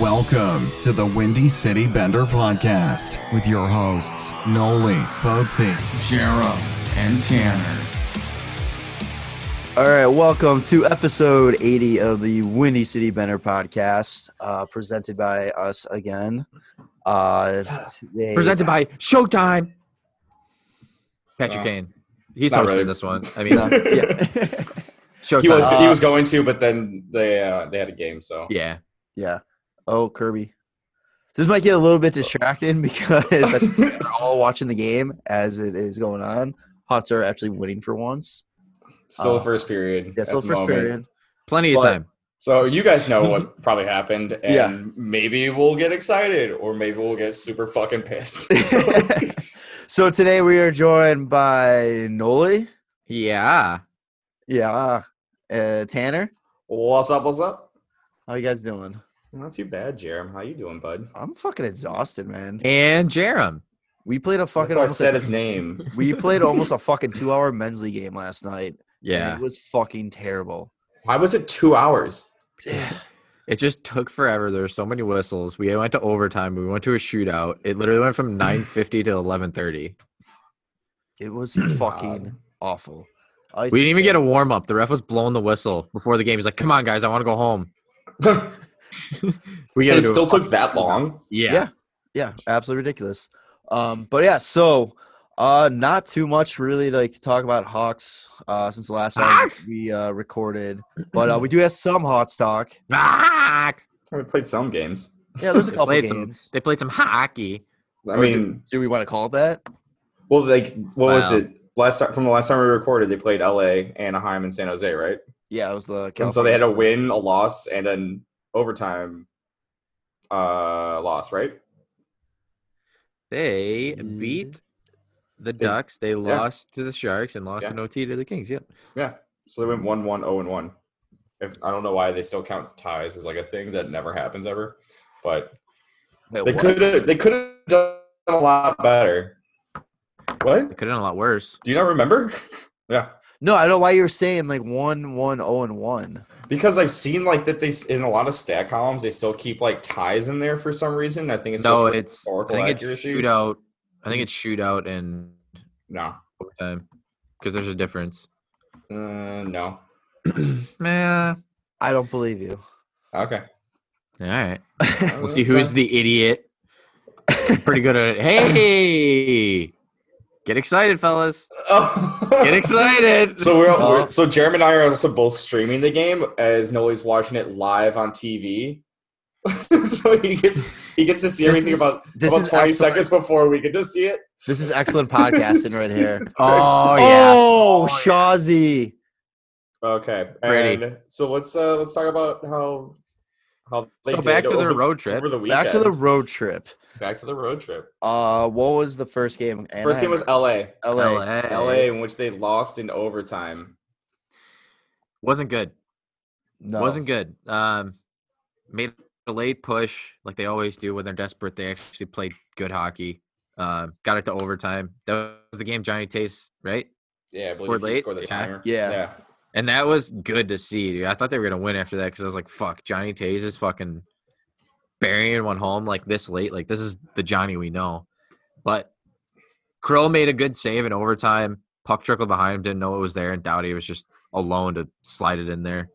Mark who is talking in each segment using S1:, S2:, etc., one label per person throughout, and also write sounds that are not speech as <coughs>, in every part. S1: Welcome to the Windy City Bender podcast with your hosts, Noli, Boatsy, Jerem, and Tanner.
S2: All right, welcome to episode 80 of the Windy City Bender podcast, uh, presented by us again. Uh, today-
S3: presented by Showtime. Patrick
S4: Uh,
S3: Kane. He's
S4: not
S3: hosting
S4: really.
S3: this one. I mean,
S2: Uh, yeah. <laughs>
S3: Showtime.
S4: he was
S2: Uh,
S4: he was going to, but then they uh, they had a game, so
S3: yeah.
S2: yeah. Oh, Kirby. This might get a little bit distracting because I think
S4: <laughs>
S2: we're all watching the game as it is going on. Hots are actually winning for once. Uh,
S4: still the first period.
S2: Yeah, still
S4: at the
S2: first
S4: moment.
S2: period.
S3: Plenty of
S2: But-
S3: time.
S4: So you guys know
S2: <laughs>
S4: what probably happened, and
S2: Yeah.
S4: maybe we'll get excited, or maybe we'll get super fucking
S2: <laughs>
S4: pissed.
S2: so today we are joined by Noli,
S3: Yeah.
S2: yeah, uh, Tanner.
S4: what's up? What's up?
S2: How you guys doing?
S4: Not too bad, Jerem. How you doing, bud?
S2: I'm fucking exhausted, man.
S3: And Jerem.
S2: We played a fucking
S4: That's why I
S2: almost a-
S4: said his name.
S2: <laughs> we played almost
S4: <laughs>
S2: a fucking two hour men's league game last night. and
S3: Yeah.
S2: it was fucking terrible.
S4: Why was it
S2: <laughs>
S4: two hours?
S3: It just took forever. There were so many whistles. We went to overtime. We went to a shootout. It literally went from 950 to 1130.
S2: It
S4: <clears throat>
S2: was fucking awful. Ice
S3: We didn't even get
S2: a.
S3: a warm up. The ref was blowing the whistle before the game. He's like, come on, guys. I want to go home.
S4: and
S3: We got to
S4: it still took that long.
S3: Yeah.
S2: Yeah. yeah, absolutely ridiculous. Um, but yeah, so uh, not too much really like to talk about Hawks uh, since the last time
S3: Hawks?
S2: we uh,
S4: <clears throat>
S2: recorded, but uh, we do have some Hawks talk.
S3: Fuck.
S4: We played some games.
S2: Yeah,
S4: <laughs>
S2: there's a
S3: They
S2: couple
S3: played some-
S2: games.
S3: They played some hockey.
S4: I
S2: Or
S4: mean,
S2: do, do we want to call it that?
S4: well, like, what was
S3: Wow.
S4: it last time? From the last time we recorded, they played L.A., Anaheim, and San Jose, right?
S2: Yeah, it was the.
S4: And so they had a
S2: California-
S4: win, a loss, and an overtime uh loss, right?
S3: They
S2: Mhm.
S3: beat the
S4: Mm-hmm. They-
S3: Ducks. They lost to the Sharks and lost
S4: Yeah.
S3: an OT to the Kings. Yep.
S4: Yeah. So they went one one oh and one. If I don't know why they still count ties as like a thing that never happens ever. But
S2: Wait,
S4: they
S2: what?
S4: could have they could have done a lot better.
S3: It
S4: What?
S3: could have been a lot worse.
S4: Do you not remember? <laughs> yeah.
S2: No, I don't know why you were saying like one, one, oh, and one.
S4: Because I've seen like that they s- in a lot of stat columns they still keep like ties in there for some reason. I think it's
S3: no,
S4: just for
S3: it's I
S4: historical
S3: think it's
S4: accuracy.
S3: shootout. I think it's shootout and
S4: No.
S3: overtime because there's a difference.
S4: Uh, no.
S3: Nah.
S2: I don't believe you.
S4: Okay.
S3: All right. We'll
S4: Oh, That's
S3: see who's
S4: fine.
S3: the idiot. I'm pretty good at it. Hey, get excited, fellas!
S4: <laughs> Oh.
S3: Get excited.
S4: <laughs> So we're,
S2: Oh.
S4: we're so Jeremy and I are also both streaming the game as Noli's watching it live on TV. <laughs> so he gets he gets to see
S2: This
S4: everything
S2: is-
S4: about,
S2: this
S4: about
S2: is
S4: twenty
S2: excellent.
S4: seconds before we get to see it.
S2: This is excellent podcasting
S4: <laughs>
S2: right here.
S4: Jesus Christ.
S3: oh yeah.
S2: Oh,
S3: Oh, yeah.
S2: Shazzy.
S4: Okay.
S3: Pretty.
S4: And so let's uh let's talk about how how they
S3: So
S4: did
S3: back to
S4: over,
S3: their road trip.
S4: over the
S2: Back to the
S4: weekend.
S2: road trip.
S4: back to the road trip.
S2: Uh, what was the first game?
S4: First game was LA.
S2: LA.
S3: LA.
S4: LA in which they lost in overtime.
S3: wasn't good.
S2: No.
S3: Wasn't good. Um, made a late push like they always do when they're desperate. They actually played good hockey. Um, got it to overtime. That was the game Johnny Tace, right?
S4: Yeah, I believe
S3: Scored
S4: he
S3: late?
S4: scored the
S3: Yeah.
S4: timer.
S2: Yeah.
S4: Yeah.
S3: And that was good to see, dude. I thought they were gonna win after that because I was like, "Fuck, Johnny Taze is fucking burying one home like this late. Like this is the Johnny we know." But Krill made a good save in overtime. Puck trickled behind him, didn't know it was there, and Dowdy was just alone to slide it in there.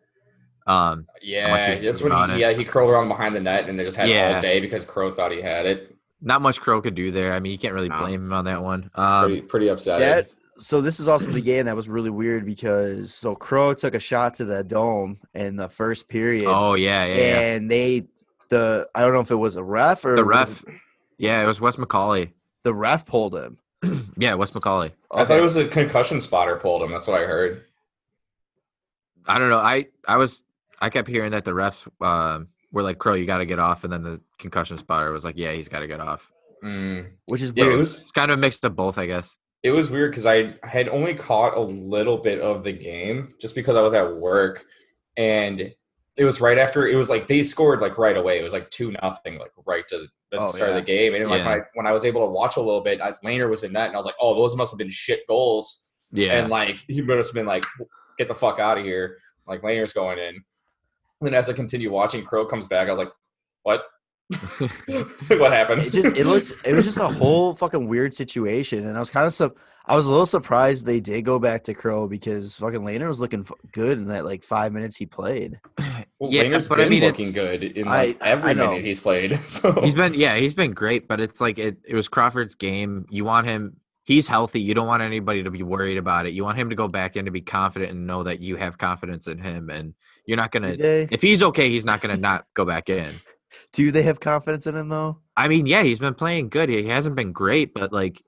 S3: Um, much
S4: Yeah,
S3: he
S4: that's
S3: was
S4: when
S3: on
S4: he,
S3: it.
S4: yeah he curled around behind the net, and they just had
S3: Yeah.
S4: all day because Crow thought he had it.
S3: not much Krill could do there. I mean, you can't really
S4: No.
S3: blame him on that one. Um,
S4: pretty, pretty upset.
S2: that. So this is also the game that was really weird because so Crow took a shot to the dome in the first period,
S3: oh yeah, yeah, yeah.
S2: and they the I don't know if it was a ref or
S3: The
S2: was
S3: ref, yeah, it was Wes McCauley.
S2: the ref pulled him.
S3: yeah, Wes McCauley.
S4: I thought
S2: Okay,
S4: it was a concussion spotter pulled him. That's what I heard.
S3: I don't know. I I was I kept hearing that the refs um were like, "Crow, you got to get off," and then the concussion spotter was like, "Yeah, he's got to get off."
S4: Mm.
S2: which is
S4: Yeah,
S2: weird.
S4: it was
S3: It's kind of a mix of both, I guess.
S4: it was weird because I had only caught a little bit of the game just because I was at work, and it was right after it was like they scored like right away. It was like two nothing, like right to at
S2: Oh,
S4: the start
S2: yeah.
S4: of the game. And like
S3: Yeah.
S4: when I, when I was able to watch a little bit, I, Laner was in net, and I was like, oh, those must have been shit goals.
S3: Yeah,
S4: And like he must have been like, get the fuck out of here. Like Langer's going in. And then as I continue watching, Crow comes back. I was like, what? <laughs> It's like, what happened?
S2: It just it looked it was just
S4: <laughs>
S2: a whole fucking weird situation, and I was kind of su- I was a little surprised they did go back to Crow because fucking Laner was looking f- good in that like five minutes he played.
S4: Well,
S3: Yeah,
S4: Langer's
S3: but I
S4: been
S3: mean,
S4: looking
S3: it's-
S4: good in
S2: I-
S4: like, every
S2: I know.
S4: minute he's played. <laughs> So
S3: He's been yeah, he's been great, but it's like it, it was Crawford's game. You want him he's healthy. You don't want anybody to be worried about it. You want him to go back in to be confident and know that you have confidence in him and you're not
S2: Do
S3: gonna
S2: they,
S3: if he's okay, he's not gonna not go back in.
S2: do they have confidence in him though?
S3: I mean, yeah, he's been playing good. He hasn't been great, but like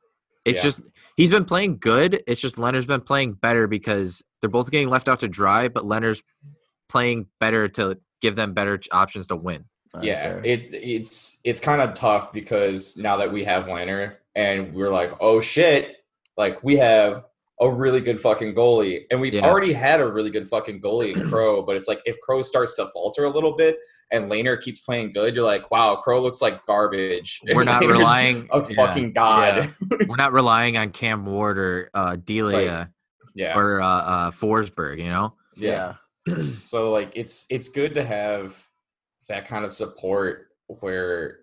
S3: it's
S4: Yeah.
S3: just he's been playing good. It's just Leonard's been playing better because they're both getting left out to dry, but Leonard's playing better to give them better ch- options to win.
S2: Alright,
S4: yeah,
S2: fair.
S4: it it's it's kind of tough because now that we have Lanner and we're like, oh shit, like we have a really good fucking goalie, and we've
S3: Yeah.
S4: already had a really good fucking goalie in Crow. But it's like if Crow starts to falter a little bit and Laner keeps playing good, you're like, wow, Crow looks like garbage.
S3: We're
S4: <laughs>
S3: not
S4: Lehner's
S3: relying
S4: a
S3: yeah.
S4: fucking god.
S3: Yeah. we're not relying on Cam Ward or uh, Delia
S4: <laughs> yeah.
S3: or uh, uh, Forsberg, you know?
S2: yeah.
S4: <clears throat> so like it's it's good to have that kind of support where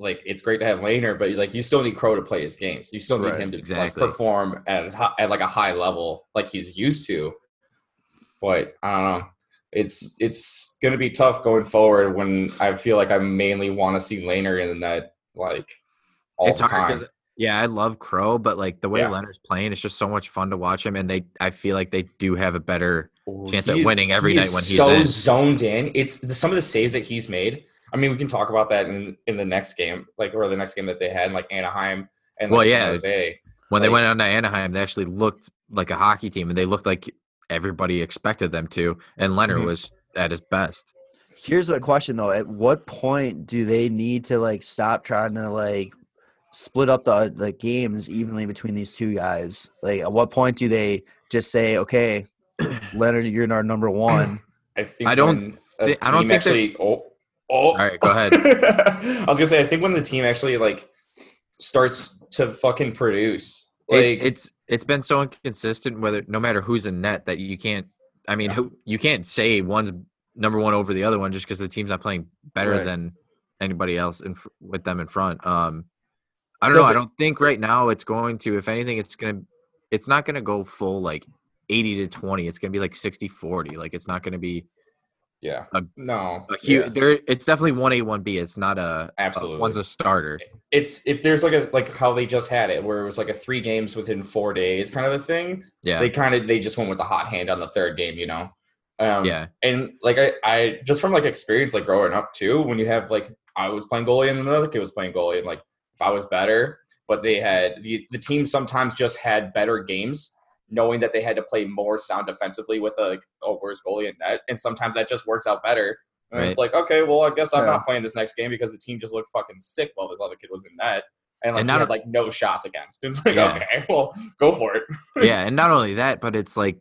S4: like it's great to have Laner, but like you still need Crow to play his games. You still need
S2: Right,
S4: him to
S3: exactly.
S4: like, perform at his hi- at like a high level, like he's used to. But I don't know. It's it's gonna be tough going forward when I feel like I mainly want to see Laner in the net like all
S3: it's
S4: the
S3: hard
S4: time.
S3: because yeah, I love Crow, but like the way
S4: Yeah.
S3: Leonard's playing, it's just so much fun to watch him, and they I feel like they do have a better.
S4: Ooh,
S3: chance at
S4: he is-
S3: winning every
S4: he
S3: night
S4: is
S3: when he's
S4: so
S3: in.
S4: zoned in. It's the, some of the saves that he's made. I mean, we can talk about that in, in the next game, like or the next game that they had, like Anaheim and like
S3: Well,
S4: San
S3: yeah.
S4: Jose.
S3: When they
S4: Like-
S3: went on to Anaheim, they actually looked like a hockey team, and they looked like everybody expected them to. And Leonard
S4: Mhm.
S3: was at his best.
S2: Here's a question though: At what point do they need to like stop trying to like split up the the games evenly between these two guys? Like, at what point do they just say,
S4: <coughs>
S2: "Okay, Leonard, you're our number one"?
S4: I think
S3: I don't
S4: when a
S3: thi- I don't
S4: team
S3: think they're-
S4: actually. Oh, oh.
S3: All right, go ahead.
S4: <laughs> I was gonna say, I think when the team actually like starts to fucking produce, like
S3: it, it's it's been so inconsistent whether no matter who's in net that you can't i mean
S4: Yeah.
S3: who, you can't say one's number one over the other one just because the team's not playing better
S2: Right.
S3: than anybody else in, fr- with them in front um i don't
S2: So
S3: know i
S2: the-
S3: don't think right now it's going to if anything it's gonna it's not gonna go full like 80 to 20 it's gonna be like 60 40 like it's not gonna be
S4: yeah,
S3: a-
S4: no,
S3: a huge
S4: yeah.
S3: there it's definitely 1a 1b it's not a a-
S4: Absolutely.
S3: one's a starter
S4: it's if there's like a like how they just had it where it was like a three games within four days kind of a thing
S3: yeah
S4: they kind of they just went with the hot hand on the third game you know um
S3: yeah
S4: and like i i just from like experience like growing up too when you have like i was playing goalie and another kid was playing goalie and like if i was better but they had the the team sometimes just had better games knowing that they had to play more sound defensively with a, like a worse goalie in net and sometimes that just works out better and it's like okay well i guess i'm
S2: Yeah.
S4: not playing this next game because the team just looked fucking sick while this other kid was in net and like
S3: And
S4: he
S3: not
S4: had
S3: a-
S4: like no shots against <laughs> it's like
S3: Yeah.
S4: okay well go for it <laughs>
S3: yeah, and not only that, but it's like,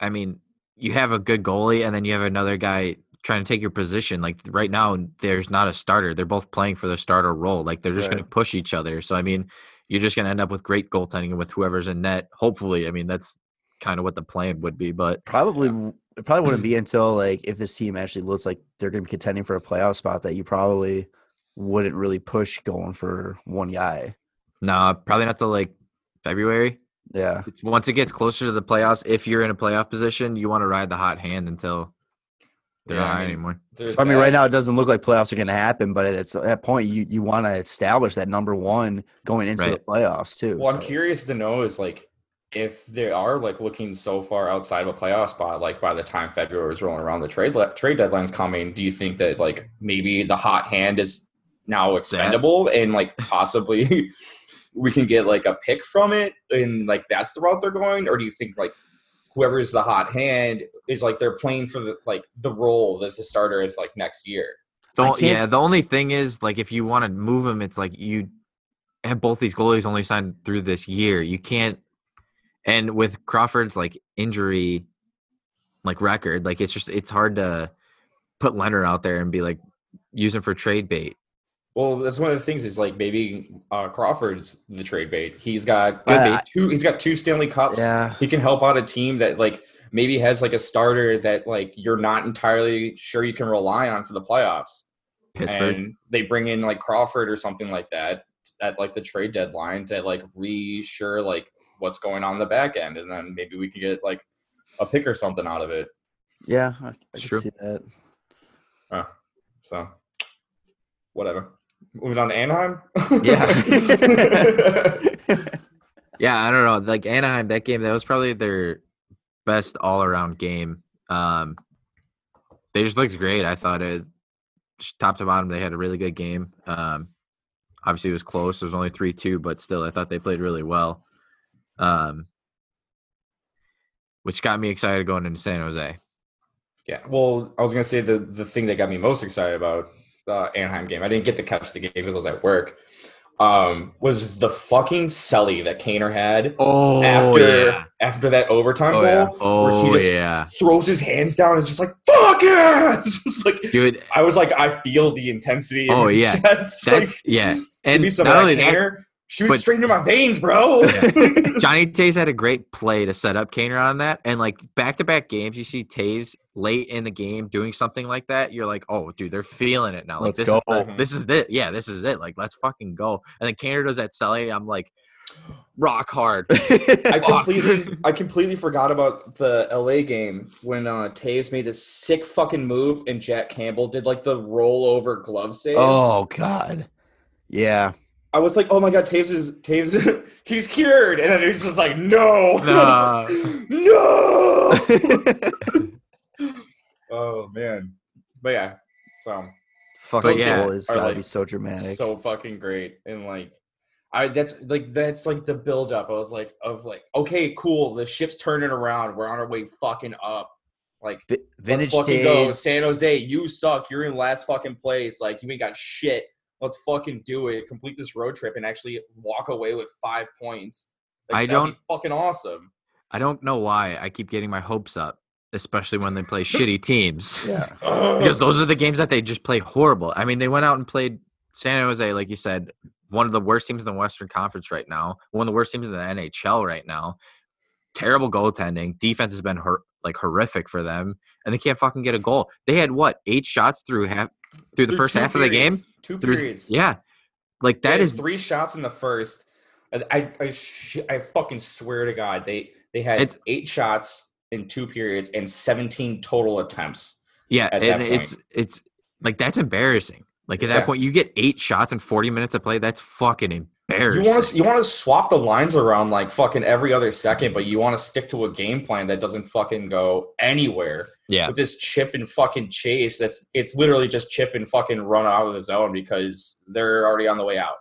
S3: I mean, you have a good goalie, and then you have another guy trying to take your position. Like right now, there's not a starter. They're both playing for their starter role. Like they're just
S2: Right.
S3: going to push each other. So I mean, you're just going to end up with great goaltending with whoever's in net. Hopefully, I mean that's kind of what the plan would be. But
S2: Probably, w- it probably wouldn't <clears throat> be until like if this team actually looks like they're going to be contending for a playoff spot that you probably wouldn't really push going for one guy.
S3: nah, probably not till like February.
S2: Yeah,
S3: It's, <laughs> once it gets closer to the playoffs, if you're in a playoff position, you want to ride the hot hand until they're
S4: Yeah, I
S3: not hot
S4: mean,
S3: anymore.
S4: There's
S2: I mean,
S4: that.
S2: right now it doesn't look like playoffs are going to happen, but at that point, you you want to establish that number one going into the
S3: Right.
S2: playoffs too.
S4: Well, I'm
S2: so-
S4: curious to know is like if they are like looking so far outside of a playoff spot, like by the time February is rolling around, the trade le- trade deadline's coming. Do you think that like maybe the hot hand is now expendable and like possibly <laughs> we can get like a pick from it and like that's the route they're going, or do you think like whoever is the hot hand is like they're playing for the like the role as the starter is like next year?
S3: The,
S2: I
S3: on-
S2: can't-
S3: yeah, the only thing is like if you want to move him, it's like you have both these goalies only signed through this year. You can't, and with Crawford's like injury, like record, like it's just it's hard to put Leonard out there and be like use him for trade bait.
S4: Well, that's one of the things is like maybe uh, Crawford's the trade bait. He's got
S2: Could be.
S4: two. He's got two Stanley Cups.
S2: yeah,
S4: He can help out a team that like maybe has like a starter that like you're not entirely sure you can rely on for the playoffs.
S3: Pittsburgh.
S4: and they bring in like Crawford or something like that at like the trade deadline to like reassure like what's going on in the back end, and then maybe we can get like a pick or something out of it.
S2: Yeah, I, I
S3: It's
S2: can
S3: true.
S2: see that.
S4: Uh, so whatever. Moving on to Anaheim.
S2: <laughs>
S4: <laughs>
S2: Yeah. <laughs>
S3: Yeah, I don't know. Like Anaheim, that game, that was probably their best all around game. Um, they just looked great. I thought it just top to bottom, they had a really good game. Um, obviously, it was close. It was only 3 2, but still, I thought they played really well, um, which got me excited going into San Jose.
S4: yeah. Well, I was gonna say the the thing that got me most excited about uh, Anaheim game. I didn't get to catch the game because I was at work. Um, was the fucking celly that Kaner had
S3: Oh,
S4: after
S3: yeah.
S4: after that overtime
S2: Oh,
S4: goal?
S2: yeah.
S4: where he
S3: Oh,
S4: just- <laughs>
S3: yeah.
S4: throws his hands down and is just like fuck yeah <laughs> It's just like
S3: Dude,
S4: i was like i feel the intensity in
S3: Oh,
S4: his
S3: yeah.
S4: chest. <laughs>
S3: that's,
S4: like,
S3: yeah.
S4: give
S3: And
S4: me some
S3: not
S4: of
S3: only
S4: that
S3: that,
S4: Kaner. shoot
S3: but-
S4: straight into my veins bro <laughs>
S3: Johnny Taves had a great play to set up Kaner on that. And like back to back games, you see Taves late in the game doing something like that. You're like, oh, dude, they're feeling it now.
S2: Let's
S3: Like this
S2: go.
S3: is the, this is it. Yeah, this is it. Like let's fucking go. And then Kaner does that selling. I'm like,
S2: <laughs>
S3: rock hard.
S4: i
S3: Fuck.
S4: completely i completely forgot about the la game when uh taves made this sick fucking move and jack campbell did like the rollover glove save
S2: oh God. Yeah.
S4: i was like oh my god taves is taves <laughs> is- he's cured and then he was just like no
S3: No.
S2: <laughs>
S4: no <laughs> oh man but yeah so
S2: Fuck
S3: But
S2: those
S3: yeah,
S2: goalies
S4: or,
S2: gotta
S4: like,
S2: be so dramatic.
S4: so fucking great and like i that's like that's like the build up i was like of like okay cool the ship's turning around we're on our way fucking up like
S2: Vi-
S4: let's
S2: vintage
S4: fucking go
S2: days.
S4: san jose you suck you're in last fucking place like you ain't got shit let's fucking do it complete this road trip and actually walk away with five points Like,
S3: I
S4: that'd be fucking awesome
S3: I don't know why I keep getting my hopes up, especially when they play shitty teams.
S2: Yeah.
S3: because those are the games that they just play horrible. I mean, they went out and played San Jose, like you said, one of the worst teams in the Western Conference right now, one of the worst teams in the NHL right now. Terrible goaltending. Defense has been hor- like horrific for them, and they can't fucking get a goal. They had what eight shots through half through the
S4: Through
S3: first
S4: two
S3: half of the
S4: periods.
S3: game.
S4: two
S3: Through-
S4: periods
S3: yeah, like that
S4: They had
S3: is
S4: three shots in the first. And I I sh- I fucking swear to God, they they had
S3: It's-
S4: eight shots in two periods and seventeen total attempts.
S3: yeah,
S4: at
S3: and
S4: that point.
S3: it's it's like that's embarrassing. Like at
S4: Yeah.
S3: that point, you get eight shots in forty minutes to play. That's fucking
S4: You
S3: embarrassing.
S4: want to you want to swap the lines around like fucking every other second, but you want to stick to a game plan that doesn't fucking go anywhere.
S3: yeah,
S4: With this chip and fucking chase, that's it's literally just chip and fucking run out of the zone because they're already on the way out.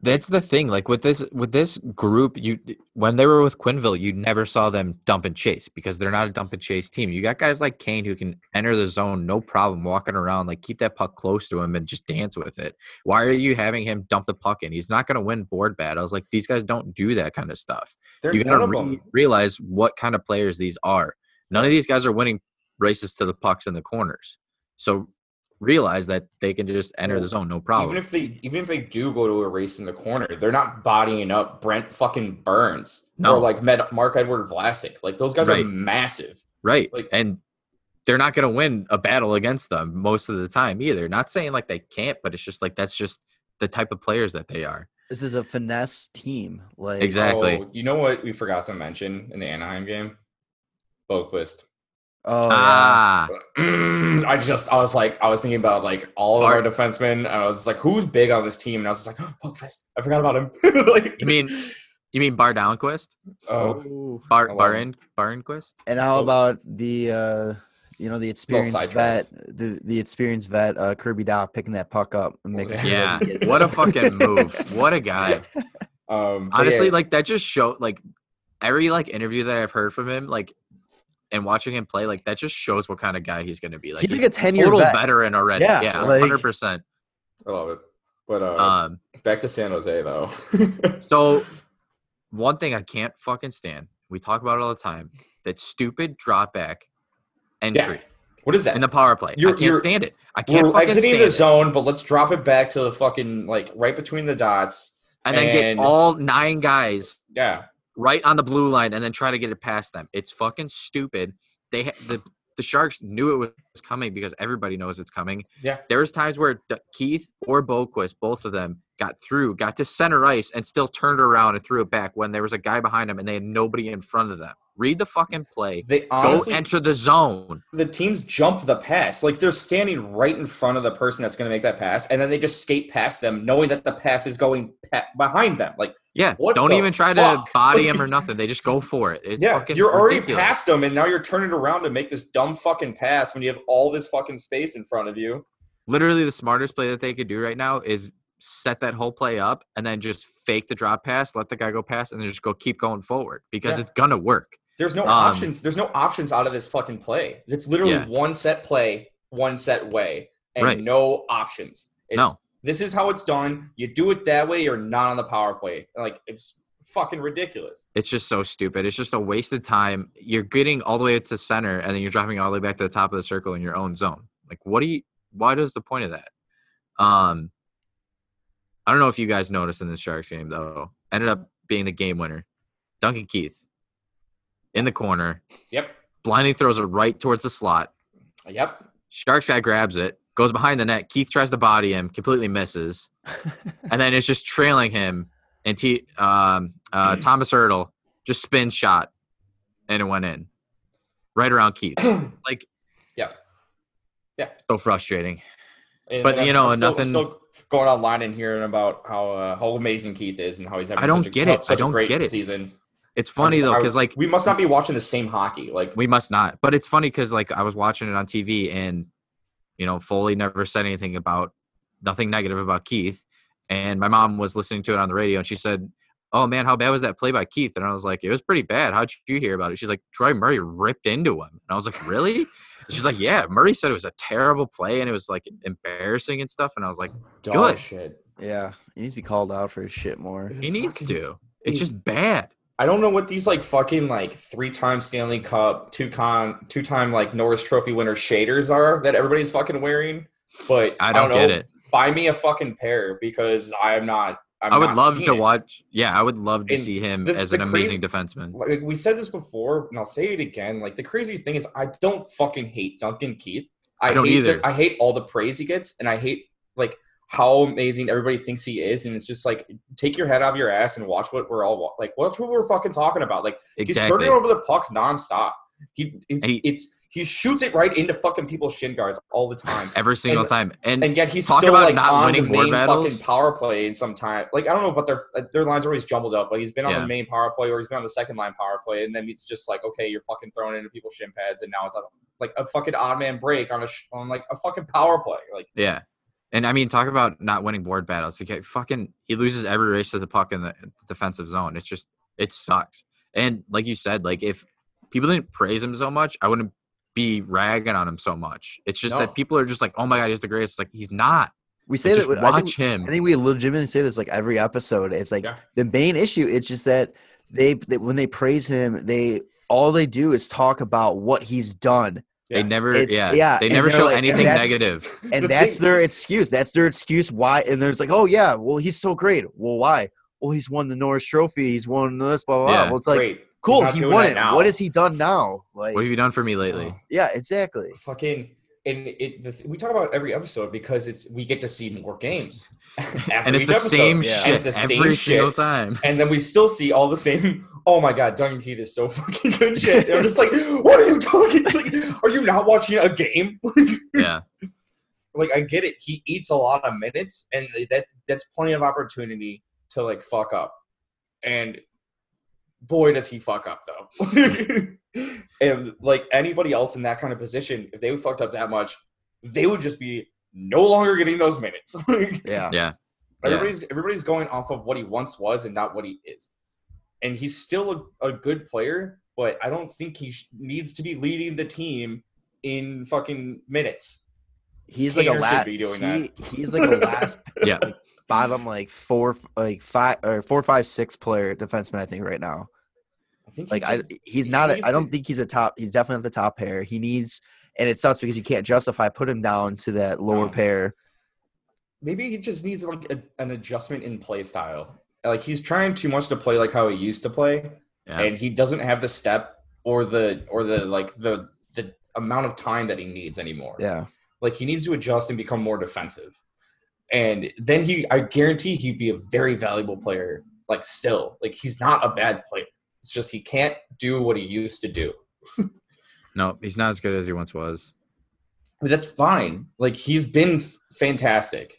S3: That's the thing. Like with this with this group, you when they were with Quinville, you never saw them dump and chase because they're not a dump and chase team. You got guys like Kane who can enter the zone no problem, walking around, like keep that puck close to him and just dance with it. Why are you having him dump the puck in? He's not gonna win board battles. Like these guys don't do that kind of stuff.
S4: They're
S3: You
S4: none
S3: gotta
S4: of
S3: re-
S4: them.
S3: realize what kind of players these are. None of these guys are winning races to the pucks in the corners. So realize that they can just enter the
S4: Well,
S3: zone no problem.
S4: Even if they even if they do go to a race in the corner, they're not bodying up Brent fucking Burns
S3: No.
S4: or like Med- Mark Edward Vlasic. Like those guys
S3: Right.
S4: are massive.
S3: Right.
S4: Like-
S3: and they're not going to win a battle against them most of the time either. Not saying like they can't, but it's just like that's just the type of players that they are.
S2: This is a finesse team. Like
S3: Exactly.
S4: Oh, you know what we forgot to mention in the Anaheim game? Boquist.
S2: oh yeah.
S3: ah,
S4: Mm, I just I was like I was thinking about like all of our
S3: Bart-
S4: defensemen. And I was just like, who's big on this team? And I was just like, Boquist. I forgot about him. <laughs> like,
S3: You mean- you mean Bar Downquist?
S4: oh,
S2: Oh.
S3: Bar
S4: Hello.
S3: Barin
S2: <laughs>
S3: Barinquist?
S2: And how
S4: Oh.
S2: about the uh you know the experienced vet
S4: sidetracked.
S2: the, the experienced vet uh, Kirby Doc picking that puck up and making sure
S3: Yeah.
S2: that he gets
S3: What
S2: it. <laughs>
S3: a fucking move. What a guy.
S4: um, but
S3: oh, Honestly,
S4: yeah,
S3: like that just showed like every like interview that I've heard from him, like and watching him play, like that just shows what kind of guy he's gonna be. Like
S2: He's like a ten year
S3: total
S2: vet.
S3: veteran already.
S2: Yeah,
S3: Yeah,
S2: like-
S3: hundred percent.
S4: I love it. But uh,
S3: Um
S4: back to San Jose though. <laughs>
S3: So, one thing I can't fucking stand, we talk about it all the time, that stupid drop back entry
S4: what is that?
S3: in the power play.
S4: You're-
S3: I can't
S4: you're-
S3: stand it. I can't
S4: We're
S3: fucking stand
S4: exiting
S3: it.
S4: the zone, but let's drop it back to the fucking like right between the dots.
S3: and then get
S4: and-
S3: all nine guys
S4: Yeah,
S3: right on the blue line and then try to get it past them. It's fucking stupid. They ha- the the Sharks knew it was coming because everybody knows it's coming.
S4: Yeah.
S3: There was times where D- Keith or Boquist, both of them, got through, got to center ice, and still turned around and threw it back when there was a guy behind them and they had nobody in front of them. Read the fucking play.
S4: They honestly,
S3: Go enter the zone.
S4: the teams jump the pass. Like they're standing right in front of the person that's going to make that pass, and then they just skate past them, knowing that the pass is going pa- behind them. Like,
S3: Yeah.
S4: What
S3: don't
S4: the
S3: even try
S4: fuck?
S3: to
S4: <laughs>
S3: body him or nothing. They just go for it. It's
S4: yeah,
S3: fucking
S4: you're already
S3: ridiculous.
S4: past them, and now you're turning around to make this dumb fucking pass when you have all this fucking space in front of you.
S3: literally the smartest play that they could do right now is set that whole play up and then just fake the drop pass, let the guy go past, and then just go keep going forward because
S4: Yeah.
S3: it's gonna work.
S4: There's no
S3: Um,
S4: options. There's no options out of this fucking play. It's literally
S3: Yeah.
S4: one set play, one set way, and
S3: Right.
S4: no options. It's,
S3: No.
S4: This is how it's done. You do it that way, you're not on the power play. Like it's fucking ridiculous.
S3: It's just so stupid. It's just a waste of time. You're getting all the way to center and then you're dropping all the way back to the top of the circle in your own zone. Like what do you why does the point of that? Um I don't know if you guys noticed in the Sharks game though. Ended up being the game winner. Duncan Keith in the corner.
S4: Yep.
S3: Blinding throws it right towards the slot.
S4: Yep.
S3: Sharks guy grabs it, goes behind the net. Keith tries to body him, completely misses, and then it's just trailing him. And T, um,
S4: <clears throat>
S3: uh, Thomas Hurdle just spin shot, and it went in, right around
S4: <clears throat>
S3: Keith. Like,
S4: Yeah. Yeah.
S3: so frustrating.
S4: And
S3: But,
S4: I'm-
S3: you know,
S4: I'm still,
S3: nothing-
S4: I'm still going online and hearing about how uh, how amazing Keith is and how he's having.
S3: I don't
S4: such a,
S3: get it. I
S4: such a
S3: don't
S4: great
S3: get it.
S4: Season.
S3: It's funny
S4: I'm-
S3: though,
S4: I-
S3: because like
S4: we must not be watching the same hockey. Like
S3: we must not, but it's funny because like I was watching it on TV, and you know Foley never said anything about nothing negative about Keith, and my mom was listening to it on the radio, and she said. Oh man, how bad was that play by Keith? And I was like, it was pretty bad. How'd you hear about it? She's like, Troy Murray ripped into him. And I was like, really? And She's like, yeah. Murray said it was a terrible play and it was like embarrassing and stuff. And I was like,
S4: dog
S3: Good.
S4: shit.
S2: <laughs> Yeah, he needs to be called out for his shit more.
S3: he
S4: It's
S3: needs
S4: fucking-
S3: to. It's just bad.
S4: I don't know what these like fucking like three time Stanley Cup, two con, two time like Norris Trophy winner shaders are that everybody's fucking wearing. But
S3: I don't,
S4: know,
S3: get it.
S4: Buy me a fucking pair because I'm not. I'm
S3: I would
S4: not
S3: love
S4: seeing
S3: to
S4: it.
S3: watch. Yeah, I would love to
S4: And
S3: see him
S4: the-
S3: as
S4: the
S3: an
S4: crazy-
S3: amazing defenseman.
S4: like we said this before, and I'll say it again. Like the crazy thing is, I don't fucking hate Duncan Keith.
S3: I don't
S4: hate the-
S3: either.
S4: I hate all the praise he gets, and I hate like how amazing everybody thinks he is. And it's just like take your head out of your ass and watch what we're all wa- like. Watch what we're fucking talking about. Like he's
S3: Exactly.
S4: turning over the puck nonstop. He it's,
S3: he-
S4: it's he shoots it right into fucking people's shin guards all the time.
S3: Every single
S4: and-
S3: time. And
S4: And yet he's
S3: Talk
S4: still
S3: about
S4: like
S3: not
S4: on
S3: winning
S4: the
S3: war
S4: main
S3: battles.
S4: fucking power play in some time. Like I don't know, but their uh, their lines are always jumbled up. Like he's been on
S3: Yeah.
S4: the main power play or he's been on the second line power play, and then it's just like okay, you're fucking thrown into people's shin pads, and now it's like- like a fucking odd man break on a sh- on like a fucking power play. Like
S3: Yeah. And I mean, talk about not winning board battles. He get fucking he loses every race to the puck in the defensive zone. It's just it sucks. And like you said, like if people didn't praise him so much, I wouldn't be ragging on him so much. It's just
S4: No.
S3: that people are just like, oh my god, he's the greatest. Like he's not.
S2: We say
S3: Like, just
S2: that. I think,
S3: watch him.
S2: I think we legitimately say this like every episode. It's like
S4: Yeah.
S2: the main issue. It's just that they, they when they praise him, they all they do is talk about what he's done,
S3: They
S4: Yeah.
S3: never,
S2: It's-
S3: yeah,
S2: yeah,
S3: they
S2: and
S3: never
S2: they're
S3: show
S2: like- and
S3: anything
S2: that's-
S3: negative.
S2: and
S4: The
S2: that's
S4: thing-
S2: their excuse. That's their excuse why. And there's like, oh yeah, well he's so great. Well, why? Well, he's won the Norris Trophy. He's won this. Blah blah. blah.
S3: Yeah.
S2: Well, it's like
S4: great. He's
S2: cool.
S4: not
S2: He
S4: doing
S2: won
S4: that
S2: it.
S4: now.
S2: What has he done now? Like,
S3: What have you done for me lately?
S2: yeah, exactly.
S4: fucking and it the, th- we talk about it every episode because it's we get to see
S3: <laughs>
S4: more games after
S3: and it's
S4: each
S3: the
S4: episode.
S3: same
S2: Yeah.
S3: shit
S4: It's the same
S3: every single
S4: shit.
S3: time. <laughs>
S4: and then we still see all the same oh my god duncan keith is so <laughs> fucking good shit i'm just like what are you talking like, are you not watching a game
S3: Yeah,
S4: like i get it he eats a lot of minutes and that that's plenty of opportunity to like fuck up and boy does he fuck up though <laughs> and like anybody else in that kind of position if they fucked up that much they would just be no longer getting those minutes <laughs>
S2: Yeah.
S3: yeah, Yeah.
S4: Everybody's everybody's going off of what he once was and not what he is. And he's still a, a good player, but I don't think he sh- needs to be leading the team in fucking minutes.
S2: He's like
S4: Tanner
S2: a
S4: should
S2: last.
S4: be doing
S2: he, he's like a last <laughs>
S3: yeah.
S2: bottom like four, like five or four, five, six player defenseman. I think right now.
S4: I think he
S2: Like
S4: just-
S2: I, he's
S4: he
S2: not. A,
S4: needs
S2: I don't
S4: to-
S2: think he's a top. He's definitely not the top pair. He needs, and it sucks because you can't justify put him down to that lower
S4: No.
S2: pair.
S4: maybe he just needs like a, an adjustment in play style. Like he's trying too much to play like how he used to play,
S3: yeah.
S4: and he doesn't have the step or the or the like the the amount of time that he needs anymore.
S2: Yeah.
S4: Like he needs to adjust and become more defensive. And then he I guarantee he'd be a very valuable player, like still. Like he's not a bad player. It's just he can't do what he used to do.
S3: No, he's not as good as he once was.
S4: But that's fine. Like he's been f- fantastic.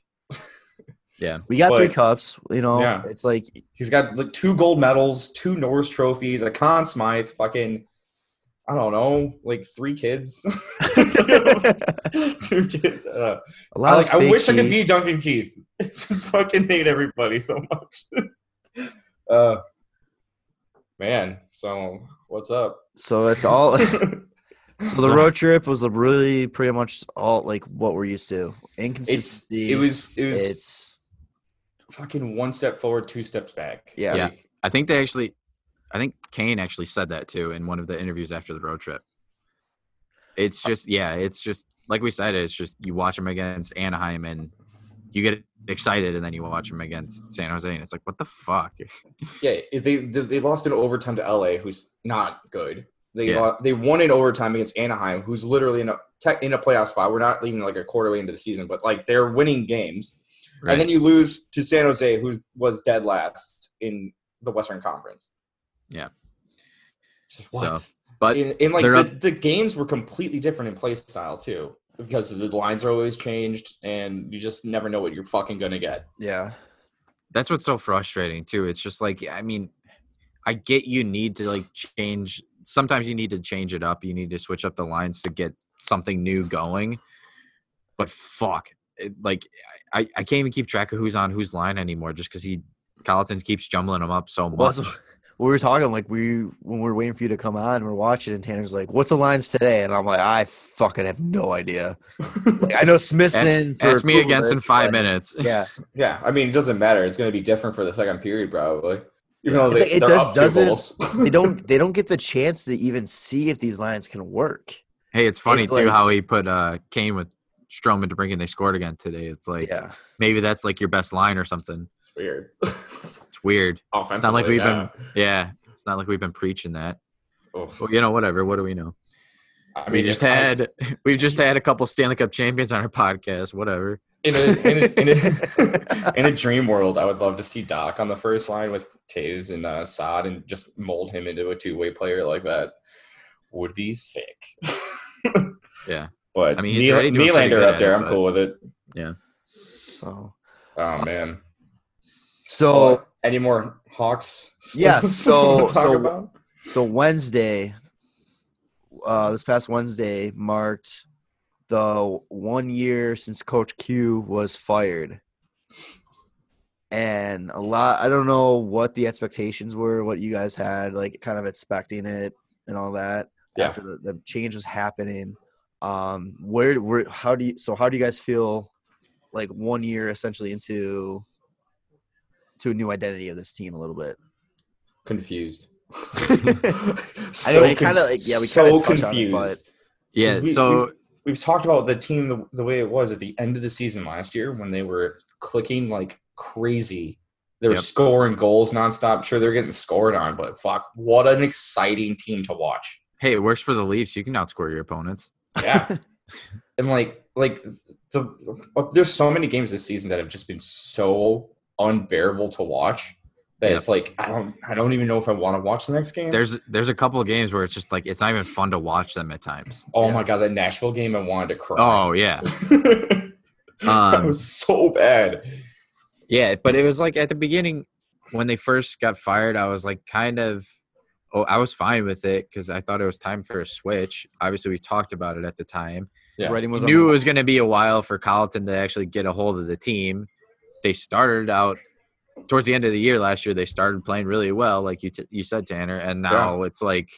S2: We got three
S4: But-
S2: cups. You know,
S4: Yeah.
S2: it's
S4: <laughs>
S2: like
S4: He's got like two gold medals, two Norris trophies, a con Smythe, fucking I don't know, like three kids. <laughs> two kids. Uh,
S2: a
S4: I,
S2: lot
S4: like,
S2: of.
S4: I
S2: fake
S4: wish I could
S2: heat.
S4: be Duncan Keith. <laughs> Just fucking hate everybody so much. <laughs> uh, man, so
S2: <laughs>
S4: what's up?
S2: So it's
S4: <laughs>
S2: all. so
S4: it's
S2: the road trip was really pretty much all like what we're used to. Inconsistency.
S4: it was it was
S2: It's
S4: fucking one step forward, two steps back.
S2: Yeah.
S3: Yeah. I think they actually, I think Kane actually said that too in one of the interviews after the road trip. It's just, yeah, it's just like we said, it's just you watch them against Anaheim and you get excited, and then you watch them against San Jose, and it's like, what the fuck?
S4: Yeah, it- they they, they lost in overtime to LA, who's not good. They
S3: Yeah.
S4: lo- they won in overtime against Anaheim, who's literally in a tech, in a playoff spot. We're not even like a quarter way into the season, but like they're winning games.
S3: Right?
S4: And then you lose to San Jose, who was dead last in the Western Conference.
S3: Yeah.
S4: Just what?
S3: but
S4: in, in like
S3: they're
S4: the,
S3: up-
S4: the games were completely different in play style too, because the lines are always changed, and you just never know what you're fucking gonna get.
S2: yeah.
S3: that's what's so frustrating too. It's just like I mean, I get you need to like change. Sometimes you need to change it up. You need to switch up the lines to get something new going. But fuck, it, like I, I can't even keep track of who's on whose line anymore, just because he Colleton keeps jumbling them up so
S2: Well,
S3: much.
S2: <laughs> that's- we were talking like we when we were waiting for you to come on, we're watching, and Tanner's like, "What's the lines today?" And I'm like, "I fucking have no idea. Like, I know Smith's
S3: <laughs> Ask,
S2: in. for
S3: ask me against
S2: Pujolich,
S3: in five
S2: but-
S3: minutes.
S2: Yeah,
S4: Yeah, I mean, it doesn't matter. It's going to be different for the second period, probably. Even though
S2: It's
S4: they,
S2: like, it
S4: they're
S2: just
S4: up two
S2: doesn't-
S4: goals. <laughs>
S2: they don't they don't get the chance to even see if these lines can work.
S3: Hey, it's funny
S2: It's
S3: too
S2: like-
S3: how he put uh, Kane with Stroman to bring in. They scored again today. It's like
S2: Yeah,
S3: maybe that's like your best line or something.
S4: Weird.
S3: It's weird.
S4: Offensively,
S3: like we've
S4: yeah.
S3: Yeah, it's not like we've been preaching that.
S4: Oof.
S3: Well, you know, whatever. What do we know?
S4: I
S3: we
S4: mean,
S3: just
S4: I-
S3: had <laughs> we've just had a couple Stanley Cup champions on our podcast. Whatever.
S4: in a, in, a, in,
S2: <laughs>
S4: a, in a dream world, I would love to see Doc on the first line with Taves and uh, Sod and just mold him into a two way player like that. Would be sick. <laughs>
S3: Yeah.
S4: But
S3: I
S4: I
S3: mean,
S4: mean,
S3: he's already doing pretty
S4: Nylander
S3: good
S4: up
S3: at
S4: there.
S3: it,
S4: I'm
S3: but-
S4: cool with it.
S2: so
S4: Oh man.
S2: so
S4: any more Hawks? stuff <laughs>
S2: Yeah,
S4: to
S2: so-
S4: talk
S2: so-
S4: about?
S2: so Wednesday, uh, this past Wednesday marked the one year since Coach Q was fired. And a lot, I don't know what the expectations were, what you guys had, like kind of expecting it and all that
S4: Yeah.
S2: after the, the change was happening. Um, where, where, how do you, so how do you guys feel like one year essentially into, to a new identity of this team a little bit? <laughs>
S4: confused.
S2: I know
S4: so
S2: we kinda, like, yeah, we kinda
S4: so
S2: touched on it,
S4: confused.
S2: but-
S3: Yeah.
S4: Because we-
S3: so
S4: We've talked about the team the, the way it was at the end of the season last year when they were clicking like crazy. They were
S3: Yep.
S4: scoring goals nonstop. Sure, they're getting scored on, but fuck, what an exciting team to watch.
S3: hey, it works for the Leafs. You can outscore your opponents.
S2: <laughs>
S4: Yeah. and like like the uh, there's so many games this season that have just been so unbearable to watch that
S3: Yep.
S4: it's like I don't I don't even know if I want to watch the next game.
S3: There's there's a couple of games where it's just like it's not even fun to watch them at times.
S4: oh
S2: yeah.
S4: my god, that Nashville game I wanted to cry.
S3: Oh yeah,
S4: <laughs> that
S3: Um,
S4: was so bad.
S3: <laughs> yeah. But it was like at the beginning when they first got fired, I was like kind of. Oh, I was fine with it because I thought it was time for a switch. Obviously, we talked about it at the time.
S4: Yeah.
S2: Writing was on the
S3: knew
S2: wall.
S3: it was going to be a while for Colleton to actually get a hold of the team. They started out towards the end of the year last year. They started playing really well, like you t- you said, Tanner. And now it's like,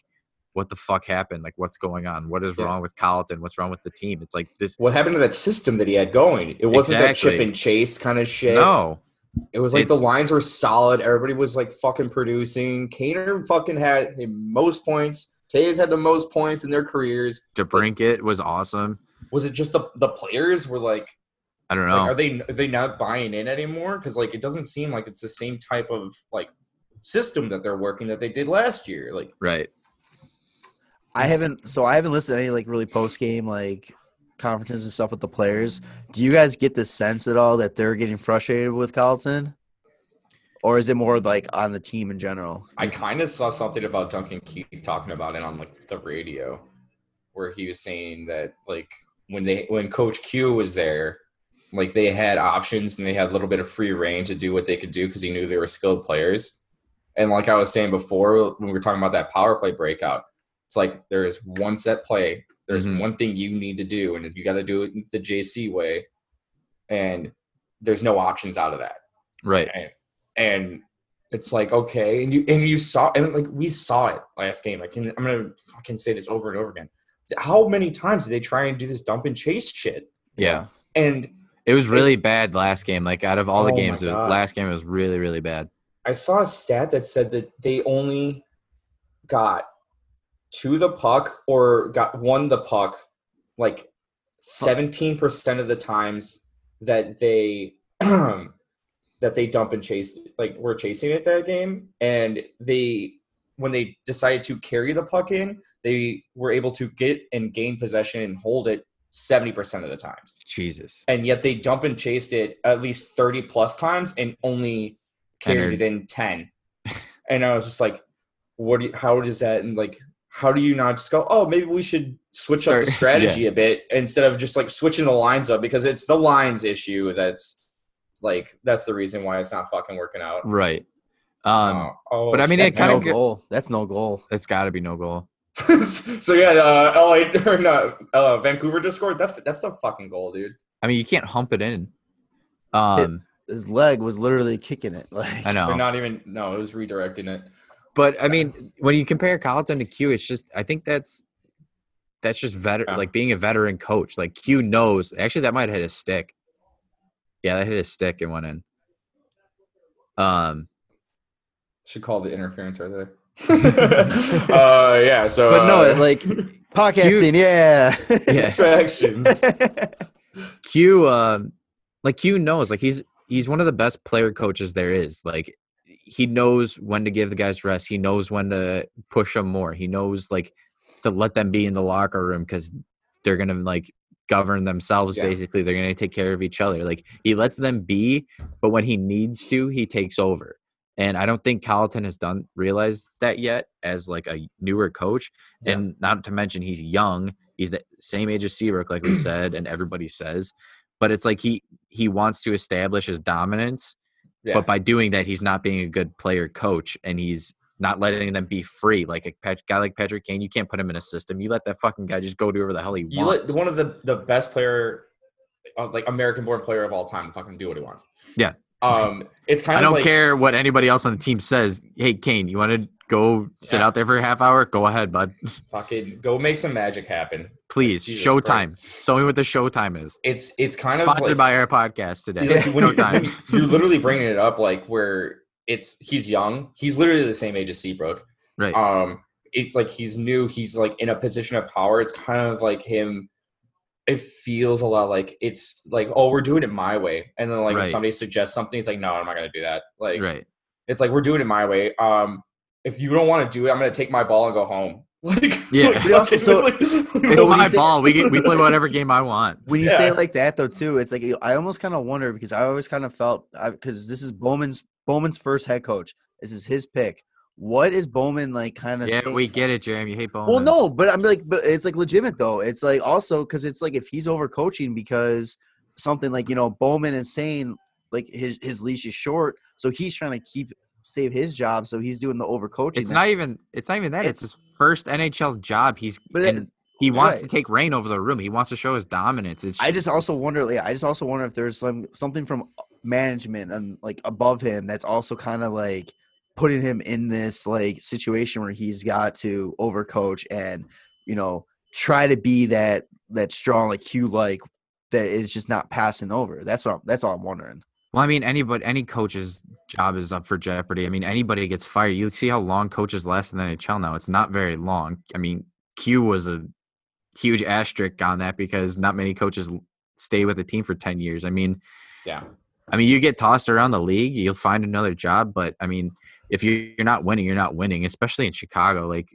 S3: what the fuck happened? Like, what's going on? What is
S4: Yeah.
S3: wrong with Colleton? What's wrong with the team? It's like this.
S4: What happened to that system that he had going? It wasn't that
S3: Exactly.
S4: chip and chase kind of shit.
S3: No,
S4: It was like the
S3: It's-
S4: lines were solid. Everybody was like fucking producing. Kaner fucking had the most points. Taves had the most points in their careers.
S3: DeBrinket was awesome.
S4: Was it just the the players were like,
S3: I don't
S4: like,
S3: know.
S4: are they are they not buying in anymore? Because like it doesn't seem like it's the same type of like system that they're working that they did last year. Like
S3: right.
S2: I haven't so I haven't listened to any like really post game like conferences and stuff with the players. Do you guys get the sense at all that they're getting frustrated with Colleton? Or is it more like on the team in general?
S4: I kind of saw something about Duncan Keith talking about it on like the radio, where he was saying that like when they when Coach Q was there, like they had options and they had a little bit of free reign to do what they could do because he knew they were skilled players. And like I was saying before, when we were talking about that power play breakout, it's like there is one set play. There's
S3: Mhm.
S4: one thing you need to do, and you got to do it the JC way. And there's no options out of that
S3: Right.
S4: and it's like okay, and you and you saw and like we saw it last game. I can I'm gonna fucking say this over and over again. How many times did they try and do this dump and chase shit?
S3: Yeah.
S4: And
S3: It was really bad last game. Like out of all the
S4: Oh my
S3: games, the
S4: God.
S3: last game was really, really bad.
S4: I saw a stat that said that they only got to the puck or got won the puck like 17% of the times that they <clears throat> that they dump and chase like were chasing it that game and they when they decided to carry the puck in they were able to get and gain possession and hold it 70% of the times
S3: Jesus.
S4: and yet they dump and chased it at least 30 plus times and only
S3: Entered.
S4: carried it in 10 and i was just like what do you, how does that and like how do you not just go oh maybe we should switch
S3: Start- <laughs>
S4: up the
S3: yeah.
S4: strategy a bit instead of just like switching the lines up because it's the lines issue that's like that's the reason why it's not fucking working out
S3: Right. Um,
S4: oh,
S3: but I mean, it
S2: That's
S4: shit.
S3: kinda
S2: no
S3: g-
S2: goal. That's no goal.
S3: it's got to be no goal.
S4: <laughs> so yeah uh, LA or no, uh, Vancouver just scored that's that's the fucking goal dude
S3: I mean, you can't hump it in. Um,
S2: His leg was literally kicking it. <laughs> Like
S3: I know.
S4: they're not even no it was redirecting it
S3: But I mean, when you compare Colleton to Q, it's just I think that's that's just veteran,
S4: Yeah.
S3: like being a veteran coach. Like Q knows. Actually, that might have hit a stick. Yeah, that hit a stick and went in. Um,
S4: Should call the interference right <laughs> there. uh, yeah. So,
S3: but no,
S4: uh,
S3: it, like
S2: podcasting, yeah. <laughs>
S3: yeah, <laughs>
S4: distractions.
S3: Q, um, like Q knows. Like he's he's one of the best player coaches there is. Like he knows when to give the guys rest. He knows when to push them more. He knows like to let them be in the locker room because they're gonna like govern themselves.
S4: Yeah.
S3: Basically, they're gonna take care of each other. Like he lets them be, but when he needs to, he takes over. And I don't think Colleton has done realized that yet as like a newer coach.
S4: Yeah.
S3: And not to mention he's young. He's the same age as Seabrook, like we said, and everybody says. But it's like he he wants to establish his dominance
S4: yeah.
S3: but by doing that he's not being a good player coach and he's not letting them be free like a Pat- guy like patrick kane you can't put him in a system you let that fucking guy just go do whatever the hell he
S4: you let
S3: wants
S4: one of the the best player, uh, like American-born player of all time, fucking do what he wants.
S3: Yeah.
S4: Um, it's kind
S3: i
S4: of
S3: don't
S4: like,
S3: care what anybody else on the team says hey kane you want to go sit
S4: Yeah.
S3: out there for a half hour go ahead
S4: <laughs>
S3: bud
S4: Fucking go make some magic happen.
S3: please
S4: Jesus
S3: showtime show me what the showtime is
S4: It's it's kind
S3: sponsored
S4: of like,
S3: by our podcast today
S4: like, when you,
S3: <laughs> Showtime.
S4: when you- you're literally bringing it up like where it's he's young. He's literally the same age as Seabrook.
S3: right
S4: um it's like he's new he's like in a position of power it's kind of like him it feels a lot like it's like oh we're doing it my way and then like
S3: Right.
S4: if somebody suggests something he's like no i'm not gonna do that <laughs> like
S3: right
S4: it's like we're doing it my way um if you don't want to do it i'm gonna take my ball and go home <laughs> like
S3: Yeah.
S4: <laughs> like,
S2: But also, so-
S4: like-
S3: it's
S2: when you
S3: my
S2: say-
S3: ball <laughs> we, get, we
S4: <laughs>
S3: play whatever game i want
S2: When you say
S4: Yeah.
S2: it like that though, too, it's like I almost kind of wonder because I always kind of felt because this is Bowman's Bowman's first head coach. This is his pick. What is Bowman like? Kind of
S3: yeah we get it jeremy you hate ball
S2: Well, no, but I'm like, but it's like legitimate though. It's like also because it's like if he's over coaching because something like you know Bowman is saying like his his leash is short, so he's trying to keep save his job, so he's doing the over coaching.
S3: it's not even it's not even that it's,
S2: It's-
S3: his first nhl job he's
S2: But it-
S3: and he wants
S2: right.
S3: to take reign over the room he wants to show his dominance it's
S2: I just also wonder. Like, I just also wonder if there's some something from management and like above him that's also kind of like putting him in this like situation where he's got to overcoach and you know try to be that that strong like Q like that is just not passing over. That's what I'm, that's all I'm wondering.
S3: well i mean anybody any coach's job is up for jeopardy i mean anybody gets fired you see how long coaches last in the nhl now it's not very long i mean q was a huge asterisk on that because not many coaches l- stay with a team for 10 years i mean
S4: yeah
S3: I mean, you get tossed around the league, you'll find another job. But I mean, if you- you're not winning, you're not winning, especially in Chicago. Like,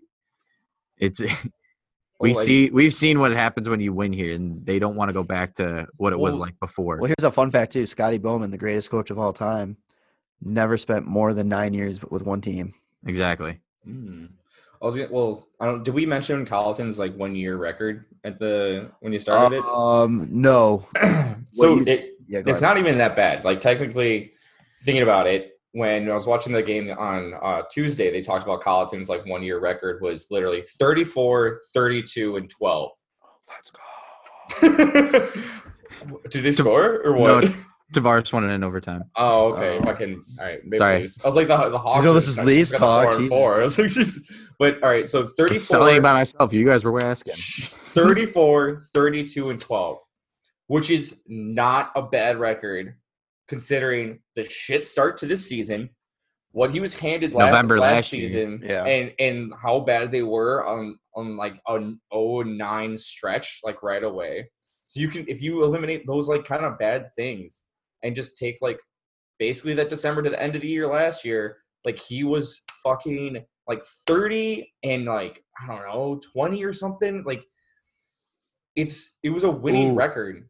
S3: it's <laughs> We
S4: like-
S3: see we've seen what happens when you win here, and they don't want to go back to what it was
S4: Well-
S3: like before.
S2: Well, here's a fun fact too: Scotty Bowman, the greatest coach of all time, never spent more than nine years with one team.
S3: Exactly.
S4: Hmm. I was gonna, well. I don't. Did we mention Colleton's like one year record at the when you started <clears throat> it?
S2: Um, no.
S4: so
S2: What you-
S4: it,
S2: yeah, go
S4: it's
S2: ahead.
S4: not even that bad. Like technically, thinking about it, when I was watching the game on uh, Tuesday, they talked about Colleton's like one year record was literally 34, 32, and 12.
S2: Oh,
S4: Let's go. <laughs> Did they score or what?
S3: No. Tavares won it in overtime.
S4: <laughs> Oh, okay.
S2: Oh.
S4: Fucking all right. They
S3: Sorry.
S4: lose. I was like the the Hawks.
S2: know
S4: were
S2: this is
S4: stuck-
S2: Leafs
S4: stuck at
S2: talk,
S4: the four and
S2: Jesus.
S4: Four. <laughs> I was like, just- but all right. So
S3: I'm selling
S4: 34,
S3: it by myself. You guys were asking.
S4: 34, 32, and 12, which is not a bad record considering the shit start to this season, what he was handed last,
S3: November
S4: last,
S3: last year.
S4: season,
S2: Yeah.
S4: and, and how bad they were on, on like an 09 stretch, like right away. So you can, if you eliminate those like kind of bad things and just take like basically that December to the end of the year last year, like he was fucking like 30 and like I don't know 20 or something. Like it's it was a winning
S2: Ooh.
S4: record,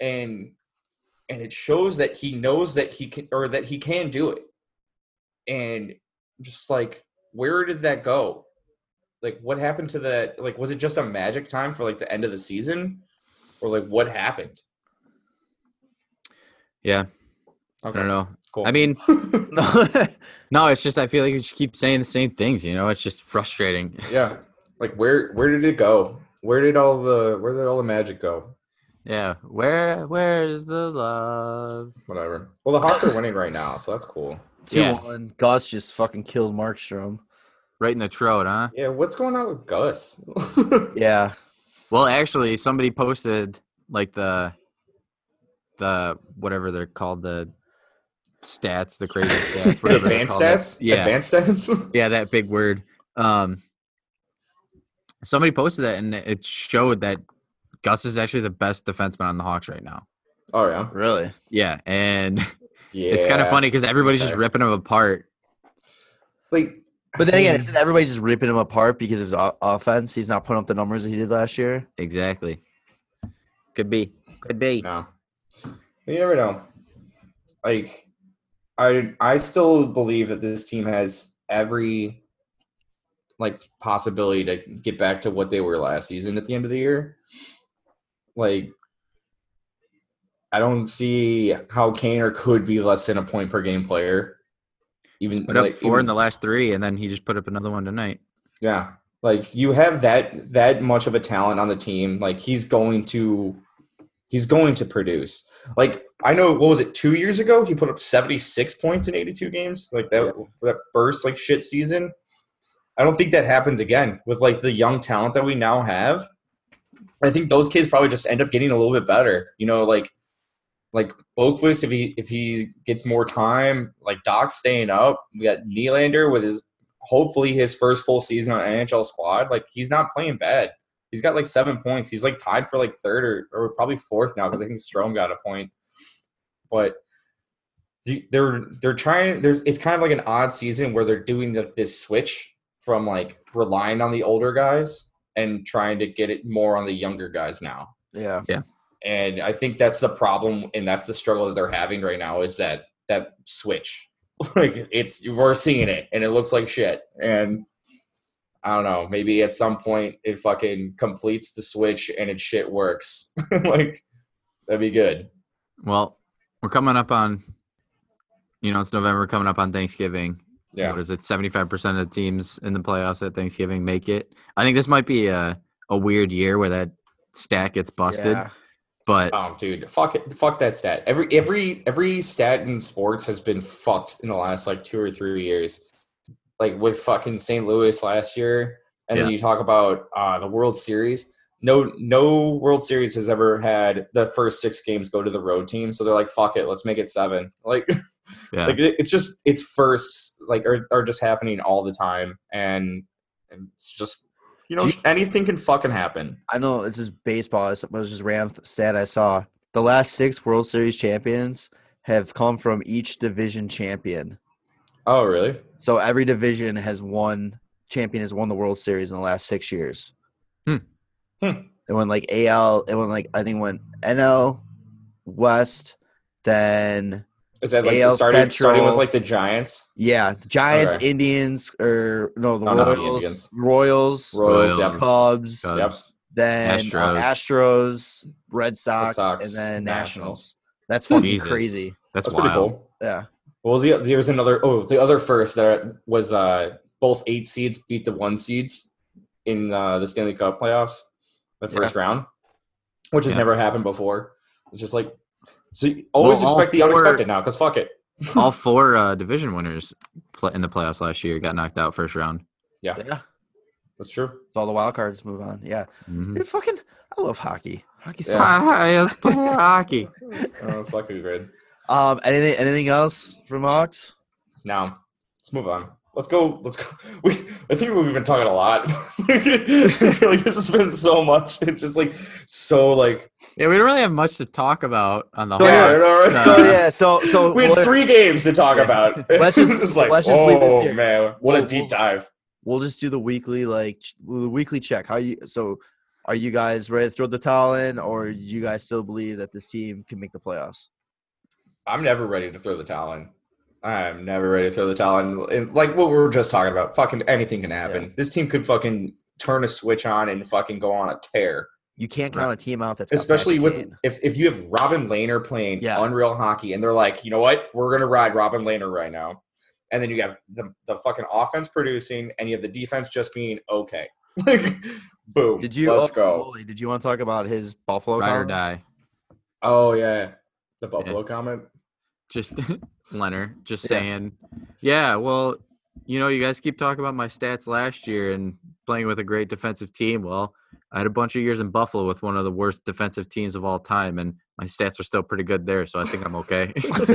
S4: and and it shows that he knows that he can or that he can do it. And just like where did that go? Like what happened to that? Like was it just a magic time for like the end of the season, or like what happened?
S3: Yeah, I
S4: Okay,
S3: don't know.
S4: cool.
S3: I mean,
S2: <laughs>
S4: <laughs>
S2: No.
S3: no, it's just I feel like you just keep saying the same things. You know, it's just frustrating. <laughs>
S4: Yeah. Like where where did it go? Where did all the where did all the magic go?
S3: Yeah, where where is the love?
S4: Whatever. Well, the Hawks are winning right now, so that's cool.
S2: Two
S3: Yeah.
S2: one. Gus just fucking killed Markstrom.
S3: Right in the throat, huh?
S4: Yeah, what's going on with Gus? <laughs>
S2: Yeah.
S3: Well, actually, somebody posted like the the whatever they're called the stats, the crazy stats, whatever they're
S4: Advanced
S3: called.
S4: stats?
S3: Yeah.
S4: Advanced stats? <laughs>
S3: Yeah, that big word. Um, somebody posted that, and it showed that Gus is actually the best defenseman on the Hawks right now.
S4: oh yeah.
S2: Really.
S3: Yeah, and <laughs>
S4: Yeah.
S3: it's kind of funny because everybody's just
S4: Okay.
S3: ripping him apart.
S4: Like
S2: But then again,
S4: Hmm.
S2: isn't everybody just ripping him apart because of his o- offense? He's not putting up the numbers that he did last year.
S3: Exactly. Could be. Could be.
S4: no. But you never know. Like I I still believe that this team has every like possibility to get back to what they were last season at the end of the year. Like I don't see how Kaner could be less than a point per game player. Even
S3: Put up
S4: like,
S3: four in
S4: even-
S3: the last three, and then he just put up another one tonight.
S4: Yeah. Like you have that that much of a talent on the team. Like he's going to he's going to produce. Like I know what was it 2 years ago he put up 76 points in 82 games. Like that that first like shit season. I don't think that happens again with like the young talent that we now have. I think those kids probably just end up getting a little bit better. You know, like like Boquist if he if he gets more time, like Doc's staying up. We got Nylander with his hopefully his first full season on NHL squad. Like he's not playing bad. He's got like seven points. He's like tied for like third or, or probably fourth now because I think Strom got a point. But you- they're they're trying. There's it's kind of like an odd season where they're doing the, this switch from like relying on the older guys and trying to get it more on the younger guys now.
S2: Yeah.
S4: And I think that's the problem, and that's the struggle that they're having right now is that that switch. <laughs> Like it's we're seeing it, and it looks like shit. And I don't know, maybe at some point it fucking completes the switch and it shit works. <laughs> like that'd be good.
S3: Well, we're coming up on, you know, it's November coming up on Thanksgiving.
S4: Yeah.
S3: What is it? 75% of the teams in the playoffs at Thanksgiving make it. I think this might be a, a weird year where that stat gets busted,
S2: Yeah.
S3: but
S4: Oh, dude, fuck it, fuck that stat. Every every every stat in sports has been fucked in the last like two or three years. Like with fucking St. Louis last year, and then
S3: Yeah.
S4: you talk about uh, the World Series. No, no World Series has ever had the first six games go to the road team, so they're like, "Fuck it, let's make it seven. Like,
S3: yeah.
S4: <laughs> like it- it's just it's firsts like are, are just happening all the time, and, and it's just you know
S2: Do
S4: anything can fucking happen.
S2: I know it's just baseball. It was just random th- stat I saw. The last six World Series champions have come from each division champion.
S4: Oh, really?
S2: So every division has won champion has won the World Series in the last six years.
S3: Hmm.
S4: Hmm.
S2: It went like AL. It went like I think it went NL West. Then
S4: Is that like
S2: AL
S4: starting, starting with
S2: Central.
S4: like the Giants,
S2: yeah, the Giants,
S4: Okay.
S2: Indians, or no, the
S4: No, not the Indians.
S2: Royals, Royals,
S4: Royals,
S3: Royals.
S4: Yep.
S2: Cubs,
S3: Cubs.
S4: yep.
S2: then Astros,
S3: Astros.
S2: Astros Red, Sox,
S4: Sox,
S2: and then
S4: Nationals.
S2: Nationals. That's fucking
S3: Jesus.
S2: crazy.
S3: That's,
S4: That's pretty
S3: wild.
S4: cool.
S2: Yeah.
S4: What was the there was another oh the other first that was uh both eight seeds beat the one seeds in uh, the Stanley Cup playoffs the first round, which has
S3: Yeah.
S4: never happened before. It's just like so you always
S3: Well, all
S4: expect the
S3: four-
S4: unexpected now because fuck it.
S3: All four uh, division winners pla in the playoffs last year got knocked out first round.
S2: Yeah.
S4: That's true.
S2: So all the wild cards move on. Yeah.
S3: Mhm.
S2: Dude, fucking I love hockey. Hockey
S4: Mm. Yeah.
S2: sucks.
S3: Hi, let's play hockey.
S4: Uh, that's fucking good.
S2: Um anything anything else from Hawks?
S4: Now let's move on. Let's go. Let's go. <laughs> We I think we've been talking a lot. <laughs> I feel like this has been so much. It's just like so like
S3: Yeah, we don't really have much to talk about on the
S2: So,
S3: whole.
S2: yeah.
S4: <laughs>
S2: so
S3: Uh,
S2: Oh, yeah, so so
S4: we had
S2: we'll,
S4: three games to talk
S3: Yeah.
S4: about.
S2: <laughs> Let's just-
S4: <laughs> It's
S2: let's just leave this
S4: oh,
S2: here.
S4: man, what a
S2: We'll-
S4: deep
S2: we'll-
S4: dive.
S2: we'll just do the weekly like ch- the weekly check. How you so are you guys ready to throw the towel in or you guys still believe that this team can make the playoffs?
S4: I'm never ready to throw the towel in. I'm never ready to throw the towel in. And like what we were just talking about, fucking anything can happen. This team could fucking turn a switch on and fucking go on a tear.
S2: You can't count a team out that's got
S4: Especially
S2: Patrick
S4: with
S2: Kane.
S4: if, if you have Robin Lehner playing
S2: Yeah.
S4: unreal hockey and they're like, you know what, we're gonna ride Robin Lehner right now. And then you have the, the fucking offense producing and you have the defense just being okay. <laughs> Like boom.
S2: Did you
S4: let's
S2: oh,
S4: go.
S2: Foley, Did you want to talk about his Buffalo
S3: Ride or
S2: comments?
S3: die.
S4: Oh yeah, the Buffalo
S3: <laughs>
S4: comment. <laughs>
S3: Just Leonard, just
S2: Yeah.
S3: saying, yeah, well, you know, you guys keep talking about my stats last year and playing with a great defensive team. Well, I had a bunch of years in Buffalo with one of the worst defensive teams of all time, and my stats are still pretty good there, so I think I'm okay.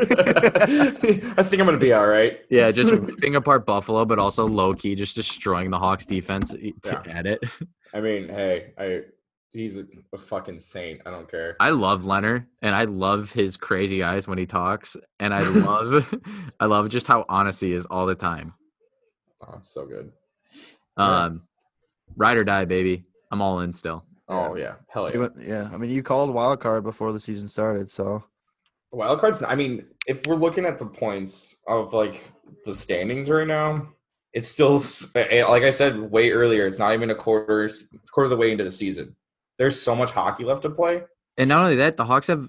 S3: <laughs>
S4: I think I'm gonna be all right.
S3: yeah, just ripping apart Buffalo, but also low key, just destroying the Hawks defense e- to-
S4: Yeah.
S3: at it. <laughs>
S4: I mean, hey, I he's a, a fucking saint. I don't care.
S3: I love Leonard and I love his crazy eyes when he talks. And I love <laughs> I love just how honest he is all the time.
S4: Oh, it's so good. Yeah.
S3: Um, ride or die, baby. I'm all in still.
S4: Oh yeah, hell
S2: See
S4: yeah.
S2: what- yeah, I mean, you called wild card before the season started, so
S4: Wild cards. I mean, if we're looking at the points of like the standings right now, it's still s- eh, like I said way earlier. It's not even a quarter it's a quarter of the way into the season. There's so much hockey left to play.
S3: And not only that, the Hawks have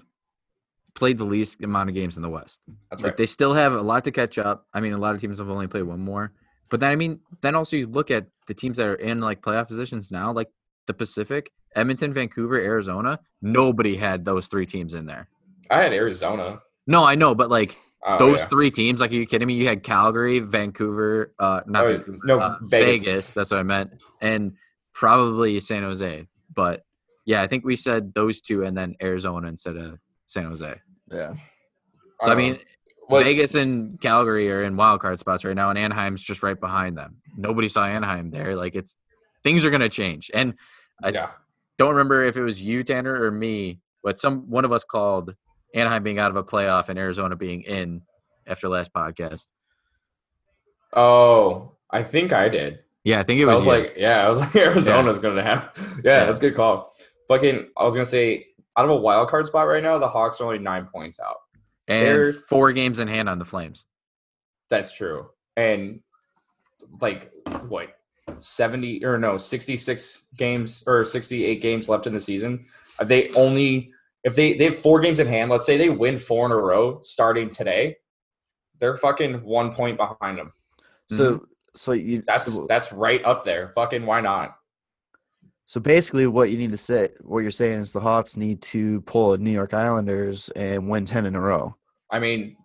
S3: played the least amount of games in the West.
S4: That's
S3: like
S4: right.
S3: they still have a lot to catch up. I mean, a lot of teams have only played one more. But then I mean, then also you look at the teams that are in like playoff positions now, like the Pacific, Edmonton, Vancouver, Arizona. Nobody had those three teams in there.
S4: I had Arizona.
S3: No, I know, but like
S4: Oh,
S3: those
S4: yeah.
S3: three teams, like are you kidding me? You had Calgary, Vancouver, uh not
S4: Oh,
S3: Vancouver,
S4: no,
S3: uh,
S4: Vegas.
S3: That's what I meant, and probably San Jose. But yeah, I think we said those two, and then Arizona instead of San Jose.
S2: yeah.
S3: So I,
S4: don't know.
S3: mean,
S4: Uh, What-
S3: Vegas and Calgary are in wild card spots right now, and Anaheim's just right behind them. Nobody saw Anaheim there. Like it's things are gonna change, and I-
S4: yeah.
S3: don't remember if it was you, Tanner, or me, but some one of us called Anaheim being out of a playoff and Arizona being in after last podcast.
S4: Oh, I think I did.
S3: Yeah, I think it
S4: So I
S3: was.
S4: was
S3: you.
S4: like, yeah, I was <laughs> like, Arizona's gonna have. <laughs> Yeah,
S3: Yeah.
S4: that's a good call. Fucking, I was gonna say, out of a wild card spot right now, the Hawks are only nine points out. they're-
S3: and four games in hand on the Flames.
S4: That's true. And like what, seventy or no, sixty-six games or sixty-eight games left in the season. They only if they they have four games in hand. Let's say they win four in a row starting today. They're fucking one point behind them.
S3: Mm-hmm.
S2: So, so you
S4: That's
S2: so,
S4: that's right up there. Fucking why not?
S2: so basically, what you need to say, what you're saying is the Hawks need to pull a New York Islanders and win ten in a row.
S4: I mean,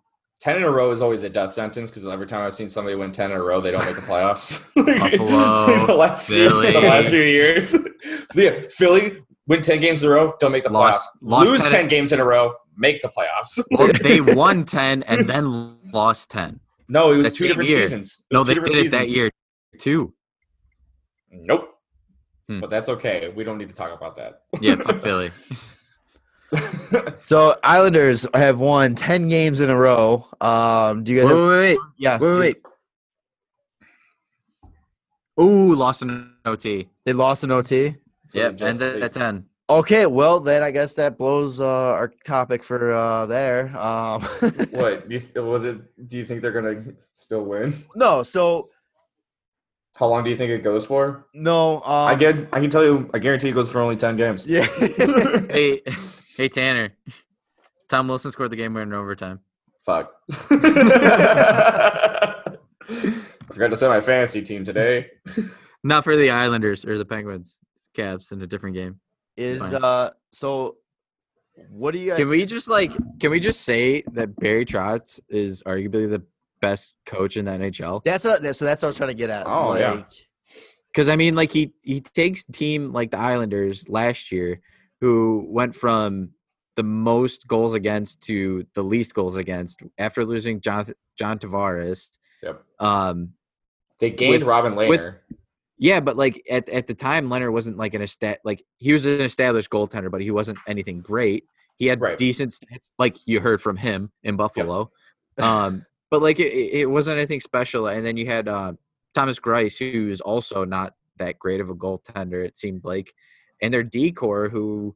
S4: ten in a row is always a death sentence because every time I've seen somebody win ten in a row, they don't make the playoffs. <laughs>
S3: Buffalo,
S4: the last few,
S3: Philly.
S4: the last few years, <laughs> yeah, Philly win ten games in a row, don't make the
S3: Lost-
S4: playoffs.
S3: lost
S4: Lose
S3: 10
S4: 10, games in a row, make the playoffs. <laughs>
S3: <laughs> Well, they won ten and then lost ten.
S4: no, it was
S3: That
S4: two
S3: same
S4: different
S3: year.
S4: seasons. It
S3: No,
S4: was
S3: they
S4: two
S3: did
S4: different
S3: it that
S4: seasons.
S3: year too.
S4: Nope.
S3: Hmm.
S4: But that's okay. We don't need to talk about that. <laughs>
S3: Yeah, <laughs> fuck Philly.
S2: So Islanders have won ten games in a row. Um, do you
S3: Wait,
S2: guys?
S3: wait,
S2: Have,
S3: wait,
S2: yeah,
S3: wait, wait.
S2: do-
S3: Ooh, lost in an OT.
S2: They lost an OT.
S3: yep, ends
S4: just like-
S3: at 10.
S2: Okay, well then I guess that blows uh, our topic for uh, there. Um,
S4: <laughs>
S2: <laughs>
S4: What you th- was it? Do you think they're gonna still win?
S2: no, so
S4: How long do you think it goes for?
S2: no. Um,
S4: I get. I can tell you. I guarantee it goes for only ten games.
S2: <laughs>
S3: <laughs>
S2: Yeah.
S3: Hey, <laughs> hey, Tanner. Tom Wilson scored the game winner in overtime.
S4: Fuck. <laughs> I forgot to say my fantasy team today.
S3: Not for the Islanders or the Penguins. Caps in a different game.
S2: is
S3: fine.
S2: uh, so. What do you guys?
S3: Can we just like? Can we just say that Barry Trotz is arguably the best coach in the NHL?
S2: that's what. that- So that's what I was trying to get at.
S4: Oh, yeah.
S3: <laughs> Because I mean, like he he takes a team like the Islanders last year, who went from the most goals against to the least goals against after losing John John Tavares.
S4: Yep.
S3: Um.
S4: They gained
S3: With-
S4: Robin Lehner.
S3: with- Yeah, but like at at the time, Leonard wasn't like an estat like he was an established goaltender, but he wasn't anything great. He had
S4: Right.
S3: decent stats, like you heard from him in Buffalo. Um, but like it, it it wasn't anything special. And then you had uh, Thomas Grice, who's also not that great of a goaltender, it seemed like, and their decor who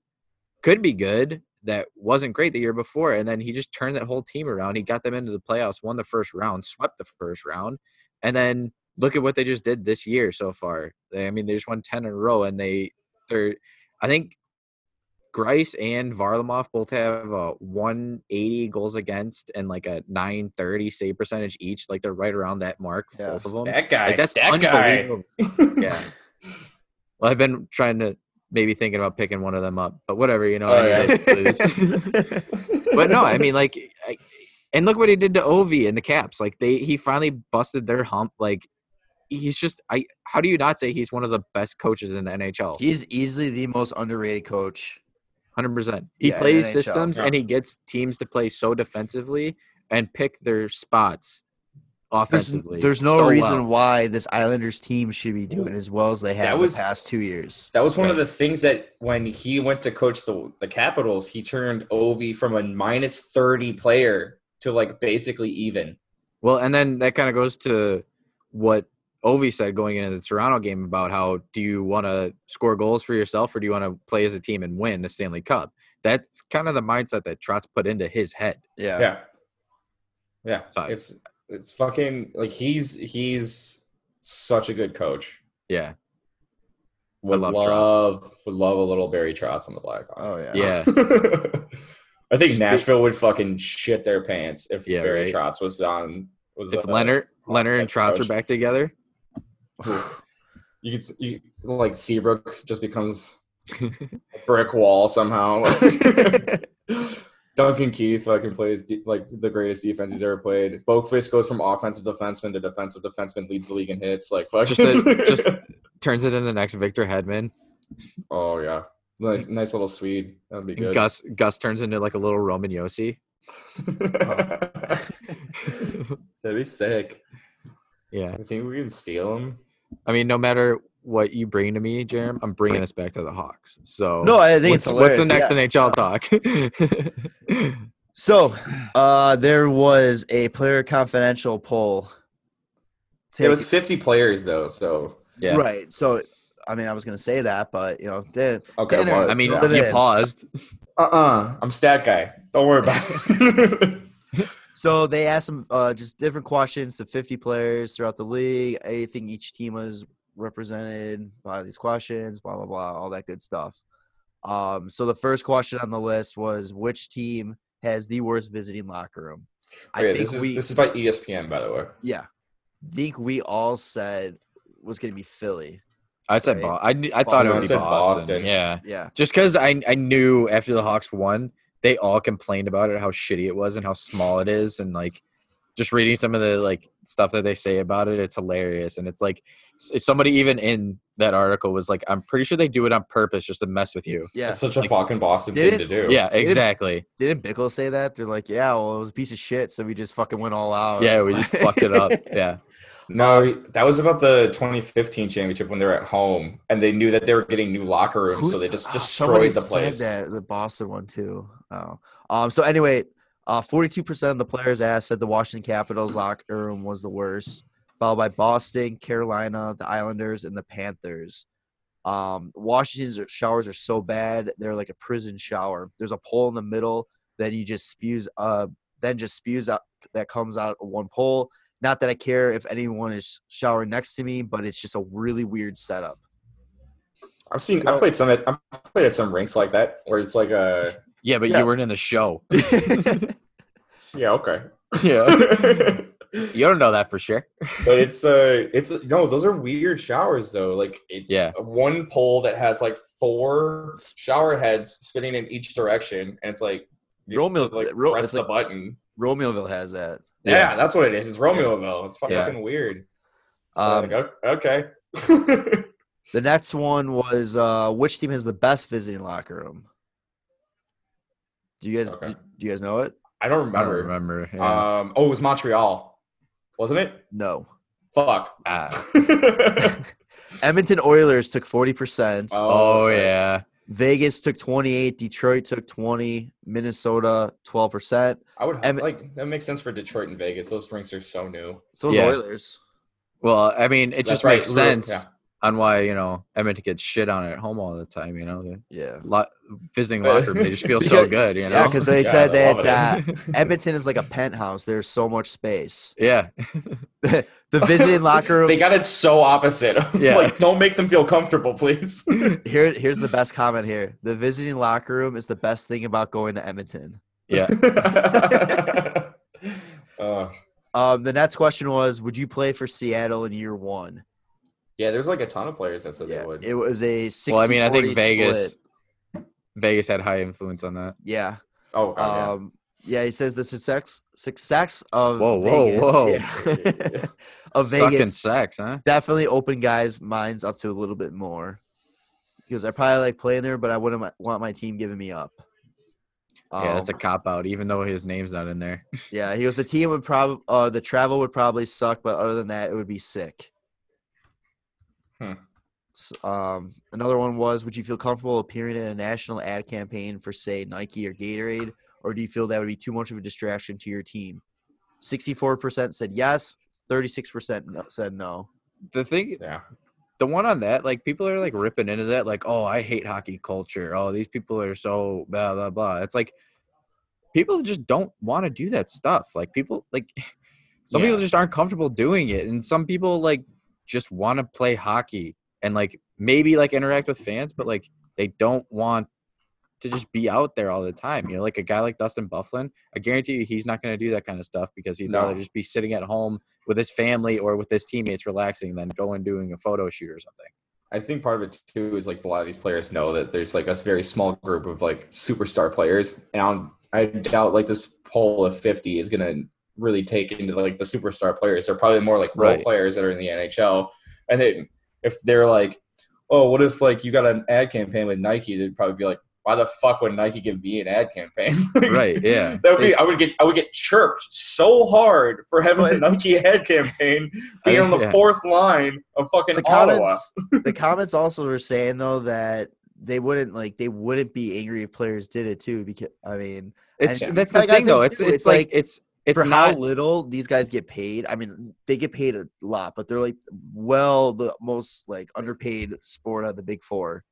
S3: could be good that wasn't great the year before, and then he just turned that whole team around. He got them into the playoffs, won the first round, swept the first round, and then look at what they just did this year so far. They, I mean, they just won ten in a row, and they they're I think Grice and Varlamov both have a 180 goals against and like a 930 save percentage each. Like they're right around that mark. for
S2: Yes.
S3: Both of them.
S4: that guy.
S3: Like, that's
S4: that guy. <laughs>
S3: unbelievable. Yeah. Well, I've been trying to maybe thinking about picking one of them up, but whatever, you know.
S4: Oh,
S3: I need
S4: yeah.
S2: <laughs>
S3: those clues. but no, I mean, like, I, and look what he did to Ovi and the Caps. Like, they he finally busted their hump. Like, he's just I. How do you not say he's one of the best coaches in the NHL?
S2: He's easily the most underrated coach.
S3: Hundred percent. He
S2: Yeah, in
S3: plays
S2: NHL,
S3: systems and he gets teams to play so defensively and pick their spots
S2: There's,
S3: offensively.
S2: there's no
S3: so
S2: reason
S3: well.
S2: why this Islanders team should be doing as well as they have
S4: was-
S2: the past two years.
S4: That was one of
S3: Right.
S4: the things that when he went to coach the the Capitals, he turned Ovi from a minus thirty player to like basically even.
S3: Well, and then that kind of goes to what Ovi said going into the Toronto game about how do you want to score goals for yourself or do you want to play as a team and win a Stanley Cup? That's kind of the mindset that Trotz put into his head.
S2: Yeah.
S4: Yeah, yeah.
S3: So-
S4: It's it's fucking like he's he's such a good coach.
S3: Yeah,
S4: Would
S3: love
S4: love,
S3: Trotz.
S4: would love a little Barry Trotz on the Blackhawks.
S2: Oh, yeah.
S3: yeah,
S4: <laughs> I think
S3: Spe-
S4: Nashville would fucking shit their pants if
S3: Yeah,
S4: Barry
S3: right.
S4: Trotz was on. Was
S3: if
S4: the-
S3: Leonard, Leonard and
S4: head
S3: Trotz are
S4: coach.
S3: back together,
S4: <sighs> you could s- you, like Seabrook
S3: <laughs>
S4: just becomes a brick wall somehow. Like, Duncan Keith fucking plays de- like the greatest defense he's ever played. Boakface goes from offensive defenseman to defensive defenseman, leads the league in hits. Like fuck,
S3: Just a- just- turns it into next Victor Hedman,
S4: <laughs> oh yeah, nice nice little Swede. That'd be
S3: and
S4: good.
S3: Gus Gus turns into like a little Roman Yossi. <laughs>
S4: <laughs> That'd be sick.
S3: Yeah,
S4: I think we can steal him.
S3: I mean, no matter what you bring to me, Jerem, I'm bringing us back to the Hawks. So
S2: No, I think
S3: what's,
S2: it's
S3: what's the
S2: hilarious,
S3: next
S2: yeah.
S3: NHL talk? <laughs>
S2: So, uh, there was a player confidential poll.
S4: It was
S2: taken-
S4: 50 players though, so
S3: yeah.
S2: right. So, I mean, I was gonna say that, but you know, the-
S4: okay.
S2: Tanner,
S4: what?
S3: I mean,
S2: Yeah.
S3: you paused.
S4: Uh-uh. I'm stat guy. Don't worry about
S2: <laughs>
S4: it.
S2: so they asked them uh, just different questions to 50 players throughout the league. I think each team was represented by these questions, blah blah blah, all that good stuff. Um, so the first question on the list was which team has the worst visiting locker room?
S4: Okay, this is this is by E ESPN, by the way.
S2: Yeah. I think we all said was going to be Philly.
S3: I
S2: Right.
S3: said Bo- I, kn- I thought it
S2: Boston.
S3: would
S2: I
S3: be
S4: said
S3: Boston.
S4: Boston.
S3: Yeah.
S2: Yeah.
S3: Just because I, I knew after the Hawks won, they all complained about it, how shitty it was and how small it is. And like just reading some of the like stuff that they say about it, it's hilarious. And it's like s- somebody even in that article was like, I'm pretty sure they do it on purpose just to mess with you.
S2: Yeah.
S4: It's such a fucking Boston
S2: Did
S4: thing to
S2: it-
S4: do.
S3: Yeah,
S2: They didn't-
S3: exactly.
S2: Didn't Bickle say that? They're like, yeah, well, it was a piece of shit, so we just fucking went all out.
S3: Yeah,
S2: <laughs>
S3: we just fucked it up. Yeah.
S4: No, that was about the 2015 championship when they were at home and they knew that they were getting new locker rooms, so
S2: Who's-
S4: they just
S2: oh, somebody
S4: destroyed the place.
S2: Said that, the Boston one, too. Oh. Um, so, anyway, uh, 42% of the players asked said the Washington Capitals locker room was the worst, followed by Boston, Carolina, the Islanders, and the Panthers. Um, Washington's showers are so bad; they're like a prison shower. There's a pole in the middle that you just spews uh then just spews out that comes out of one pole. Not that I care if anyone is showering next to me, but it's just a really weird setup.
S4: I've seen. I played some. At, I played at some rinks like that where it's like uh, a.
S3: Yeah, but
S2: Yeah.
S3: you weren't in the show.
S4: Yeah.
S2: <laughs>
S4: Okay.
S3: yeah. You don't know that for sure.
S4: but it's uh it's no those are weird showers though like it's
S3: Yeah.
S4: one pole that has like four shower heads spinning in each direction and it's like you
S2: Romeo-
S4: like
S2: Ro-
S4: press
S2: it's
S4: the
S2: like-
S4: button
S2: Romeoville has that.
S4: yeah.
S3: Yeah.
S4: that's what it is it's romeoville it's fucking
S2: Yeah.
S4: weird So,
S2: Um,
S4: like, o- okay <laughs> i
S2: The next one was uh, which team has the best visiting locker room? Do you guys
S4: Okay.
S2: do, do you guys know it?
S4: don't
S3: I don't
S4: remember,
S3: remember. Yeah.
S4: um oh it was montreal wasn't it
S2: No.
S4: fuck <laughs> Oh,
S3: Ah.
S2: Edmonton Oilers took forty percent.
S3: <laughs> oh
S4: sorry.
S3: yeah.
S2: Vegas took twenty eight. Detroit took twenty. Minnesota twelve percent.
S4: i would
S2: Em-
S4: like that makes sense for detroit and vegas those drinks are so new
S2: So was
S3: Yeah.
S2: Oilers.
S3: Well, I mean, it
S4: That's
S3: just
S4: right,
S3: makes
S4: Ru-
S3: sense
S4: yeah.
S3: on why you know Edmonton gets shit on at home all the time. You know,
S2: Yeah.
S3: lot
S2: <laughs>
S3: visiting locker room, they just feel so
S2: Because-
S3: good. You know.
S2: Yeah, because they
S4: Yeah,
S2: said
S4: they
S2: that
S4: love it.
S2: uh,
S4: <laughs>
S2: Edmonton is like a penthouse. There's so much space.
S3: <laughs> yeah.
S4: <laughs>
S2: The visiting locker room.
S4: They got it so opposite. <laughs>
S3: Yeah.
S4: like, don't make them feel comfortable, please.
S2: Here, here's the best comment here. The visiting locker room is the best thing about going to Edmonton. <laughs>
S3: Yeah.
S4: <laughs> uh,
S2: Um, the next question was, would you play for Seattle in year one?
S4: yeah, there's like a ton of players that said they would.
S2: it was a 60
S3: Well, I mean, I think
S2: 40
S3: Vegas.
S2: split.
S3: Vegas had high influence on that.
S2: Yeah.
S4: oh, God,
S2: Um, yeah, he says the success success of
S3: Whoa, whoa,
S2: Vegas,
S3: whoa.
S2: <laughs> yeah, of
S3: Sucking
S2: Oh, Vegas
S3: sex, huh?
S2: definitely opened guys' minds up to a little bit more. Because I probably like playing there, but I wouldn't mi- want my team giving me up.
S3: yeah, that's a
S2: Um,
S3: cop out. Even though his name's not in there. <laughs>
S2: yeah. He goes, the team would probably uh, the travel would probably suck, but other than that, it would be sick.
S4: Hmm.
S2: S- Um, another one was, would you feel comfortable appearing in a national ad campaign for, say, Nike or Gatorade, or do you feel that would be too much of a distraction to your team? Sixty-four percent said yes, thirty-six percent said no.
S3: The thing,
S4: yeah.
S3: the one on that, like people are like ripping into that, like, oh, I hate hockey culture. Oh, these people are so blah blah blah. It's like people just don't want to do that stuff. Like people, like <laughs> some
S4: Yeah.
S3: people just aren't comfortable doing it, and some people like just want to play hockey and like maybe like interact with fans, but like they don't want to just be out there all the time. You know, like a guy like Dustin Bufflin, I guarantee you he's not going to do that kind of stuff because he'd
S4: No.
S3: rather just be sitting at home with his family or with his teammates relaxing than go and doing a photo shoot or something.
S4: <laughs> I think part of it too is like a lot of these players know that there's like a very small group of like superstar players, and I'm, I doubt like this poll of 50 is gonna really take into like the superstar players. They're probably more like role
S3: Right.
S4: players that are in the NHL, and they if they're like, oh, what if like you got an ad campaign with Nike? They'd probably be like, why the fuck would Nike give me an ad campaign? <laughs> Like,
S3: Right, yeah.
S4: That would be.
S3: It's-
S4: I would get. I would get chirped so hard for having a
S2: Right.
S3: <laughs>
S4: Nike ad campaign being on the
S3: yeah.
S4: fourth line of fucking
S2: The
S4: Ottawa.
S2: comments, <laughs> the comments also were saying though that they wouldn't like they wouldn't be angry if players did it too. Because I mean,
S3: It's
S4: And-
S3: that's
S2: Like
S3: the
S2: I
S3: thing though.
S2: think,
S3: It's
S2: too,
S3: it's,
S2: it's
S3: like
S2: like,
S3: it's it's
S2: for
S3: not
S2: how little these guys get paid. I mean, they get paid a lot, but they're like well the most like underpaid sport out of the big four.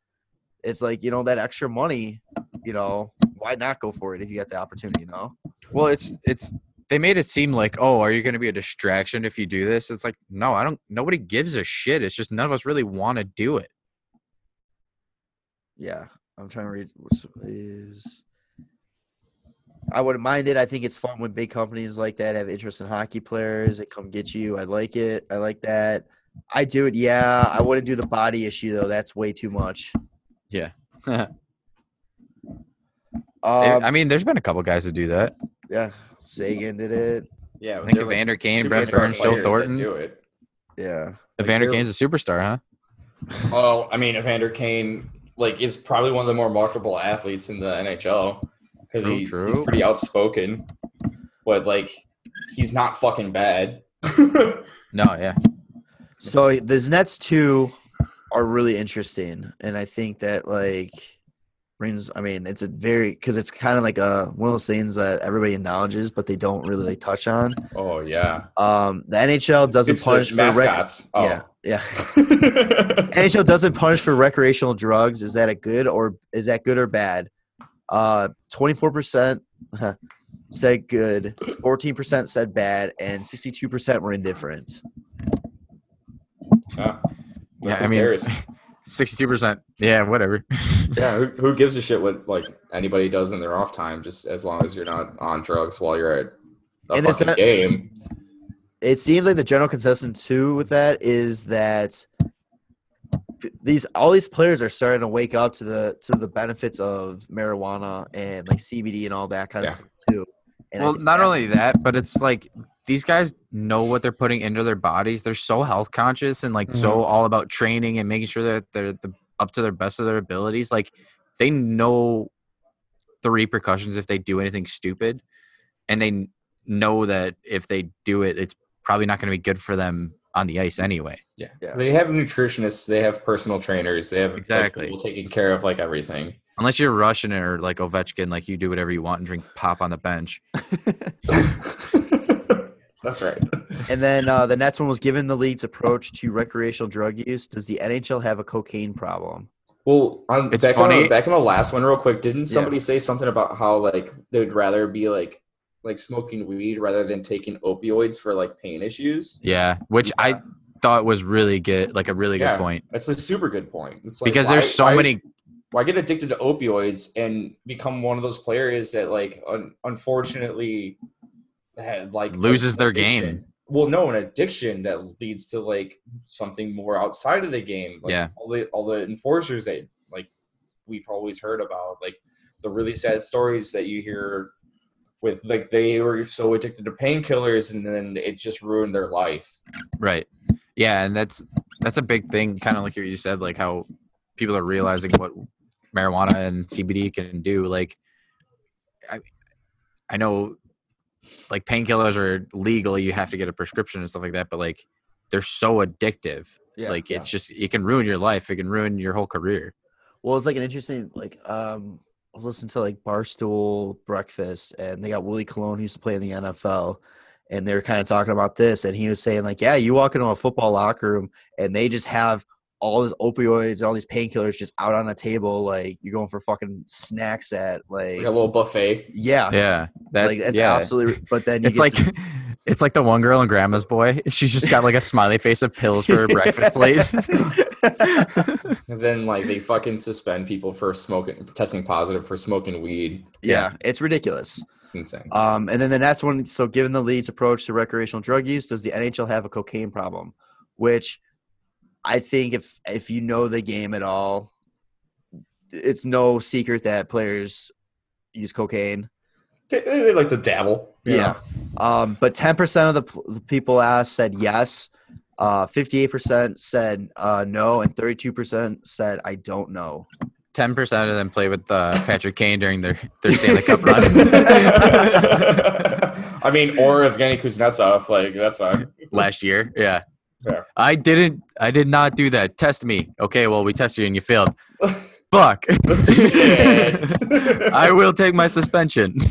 S2: It's like you know that extra money, you know, why not go for it if you got the opportunity? You know,
S3: well. It's it's they made it seem like oh, are you going to be a distraction if you do this? It's like no, I don't. Nobody gives a shit. It's just none of us really want to do it.
S2: yeah. I'm trying to read what's- is. I wouldn't mind it. I think it's fun when big companies like that have interest in hockey players. They come get you. I like it. I like that. I do it. Yeah. I wouldn't do the body issue though. That's way too much. <laughs>
S3: Yeah.
S2: Um,
S3: I mean, there's been a couple guys that do that.
S2: Yeah, Sagan did it.
S4: Yeah,
S3: I think
S4: they're,
S3: Evander Kane,
S4: superstar
S3: Brett Burns, Joe
S4: players that
S3: Thornton.
S4: Do it.
S2: Yeah,
S3: Evander
S4: they're-
S3: Kane's a superstar, huh?
S4: Well, I mean, Evander Kane like is probably one of the more marketable athletes in the NHL because
S3: True,
S4: he,
S3: true.
S4: he's pretty outspoken, but like he's not fucking <laughs> bad.
S3: No, yeah.
S2: So these next two are really interesting, and I think that like Rings. I mean, it's a very because it's kind of like a one of those things that everybody acknowledges, but they don't really like, touch on.
S4: Oh yeah,
S2: Um, the NHL doesn't
S4: it's
S2: punish
S4: the Oh.
S2: for rec-
S4: mascots. <laughs>
S2: yeah, yeah. <laughs>
S4: oh.
S2: NHL doesn't punish for recreational drugs. Is that a good or is that good or bad? Uh, twenty-four percent <laughs> said good, fourteen percent said bad, and sixty-two percent were indifferent.
S4: yeah.
S3: Yeah,
S4: Who
S3: I mean- <laughs>
S4: cares?
S3: Sixty-two percent. Yeah, whatever.
S4: yeah, who, who gives a shit what like anybody does in their off time? Just as long as you're not on drugs while you're at a
S2: And it's
S4: fucking
S2: not-
S4: game.
S2: It seems like the general consensus too with that is that these all these players are starting to wake up to the to the benefits of marijuana and like CBD and all that kind of
S4: Yeah.
S2: stuff too. And I
S3: well,
S2: think
S3: not
S2: that-
S3: only that, but it's like these guys know what they're putting into their bodies. They're so health conscious and like so all about training and making sure that they're the, up to their best of their abilities. Like they know the repercussions if they do anything stupid, and they know that if they do it, it's probably not going to be good for them on the ice anyway.
S4: Yeah.
S2: Yeah.
S4: They have nutritionists, they have personal trainers, they have like,
S3: Exactly.
S4: people taking care of like everything.
S3: Unless you're Russian or like Ovechkin, like you do whatever you want and drink pop on the bench.
S4: That's right.
S2: And then uh, the next one was given the league's approach to recreational drug use. Does the NHL have a cocaine problem?
S4: Well, on,
S3: It's
S4: back, On
S3: funny.
S4: the, back on the last one, real quick, didn't
S2: Yeah.
S4: somebody say something about how like they'd rather be like like smoking weed rather than taking opioids for like pain issues?
S3: Yeah, which
S4: Yeah.
S3: I thought was really good, like a really
S4: Yeah.
S3: good point.
S4: That's a super good point. It's like,
S3: Because
S4: why-
S3: there's so
S4: why-
S3: many
S4: why get addicted to opioids and become one of those players that like un- unfortunately had like
S3: Loses their
S4: addiction.
S3: game.
S4: Well, no, an addiction that leads to like something more outside of the game. Like,
S3: Yeah.
S4: all the all the enforcers that like we've always heard about, like the really sad stories that you hear with like they were so addicted to painkillers and then it just ruined their life.
S3: Right. Yeah, and that's that's a big thing, kind of like what you said, like how people are realizing what marijuana and CBD can do. Like, I, I know, like painkillers are legal; you have to get a prescription and stuff like that. But like, they're so addictive.
S2: Yeah.
S3: like, it's just it can ruin your life. It can ruin your whole career.
S2: Well, it's like an interesting like um I was listening to like Barstool Breakfast and they got Willie Colon who used to play in the NFL and they were kind of talking about this and he was saying like, Yeah, you walk into a football locker room and they just have all these opioids and all these painkillers just out on a table, like you're going for fucking snacks at like
S4: Like a little buffet. <laughs>
S2: Yeah.
S3: Yeah, that's
S2: like that's
S3: yeah.
S2: absolutely but
S3: <laughs>
S2: then you
S3: It's
S2: get
S3: like
S2: to-
S3: it's like the one girl in Grandma's Boy. She's just got like a smiley face of pills <laughs> for her breakfast plate.
S4: And then like they fucking suspend people for smoking testing positive for smoking weed.
S2: <laughs>
S3: <laughs>
S2: yeah, it's ridiculous.
S4: It's insane.
S2: Um, and then the next one. So, given the league's approach to recreational drug use, does the NHL have a cocaine problem? Which I think, if if you know the game at all, it's no secret that players use cocaine.
S4: They, they like to dabble. you
S2: Yeah.
S4: know? <laughs>
S2: Um, but ten percent of the, pl- the people asked said yes. Uh, Fifty-eight percent said uh, no, and thirty-two percent said I don't know.
S3: Ten percent of them play with uh, Patrick Kane during their their Stanley Cup run <laughs>
S4: I mean, or Evgeny Kuznetsov, like that's fine. <laughs>
S3: last year. Yeah.
S4: Yeah.
S3: I didn't. I did not do that. Test me. Okay. Well, we tested you and you failed. Fuck. I will take my suspension.
S4: <laughs>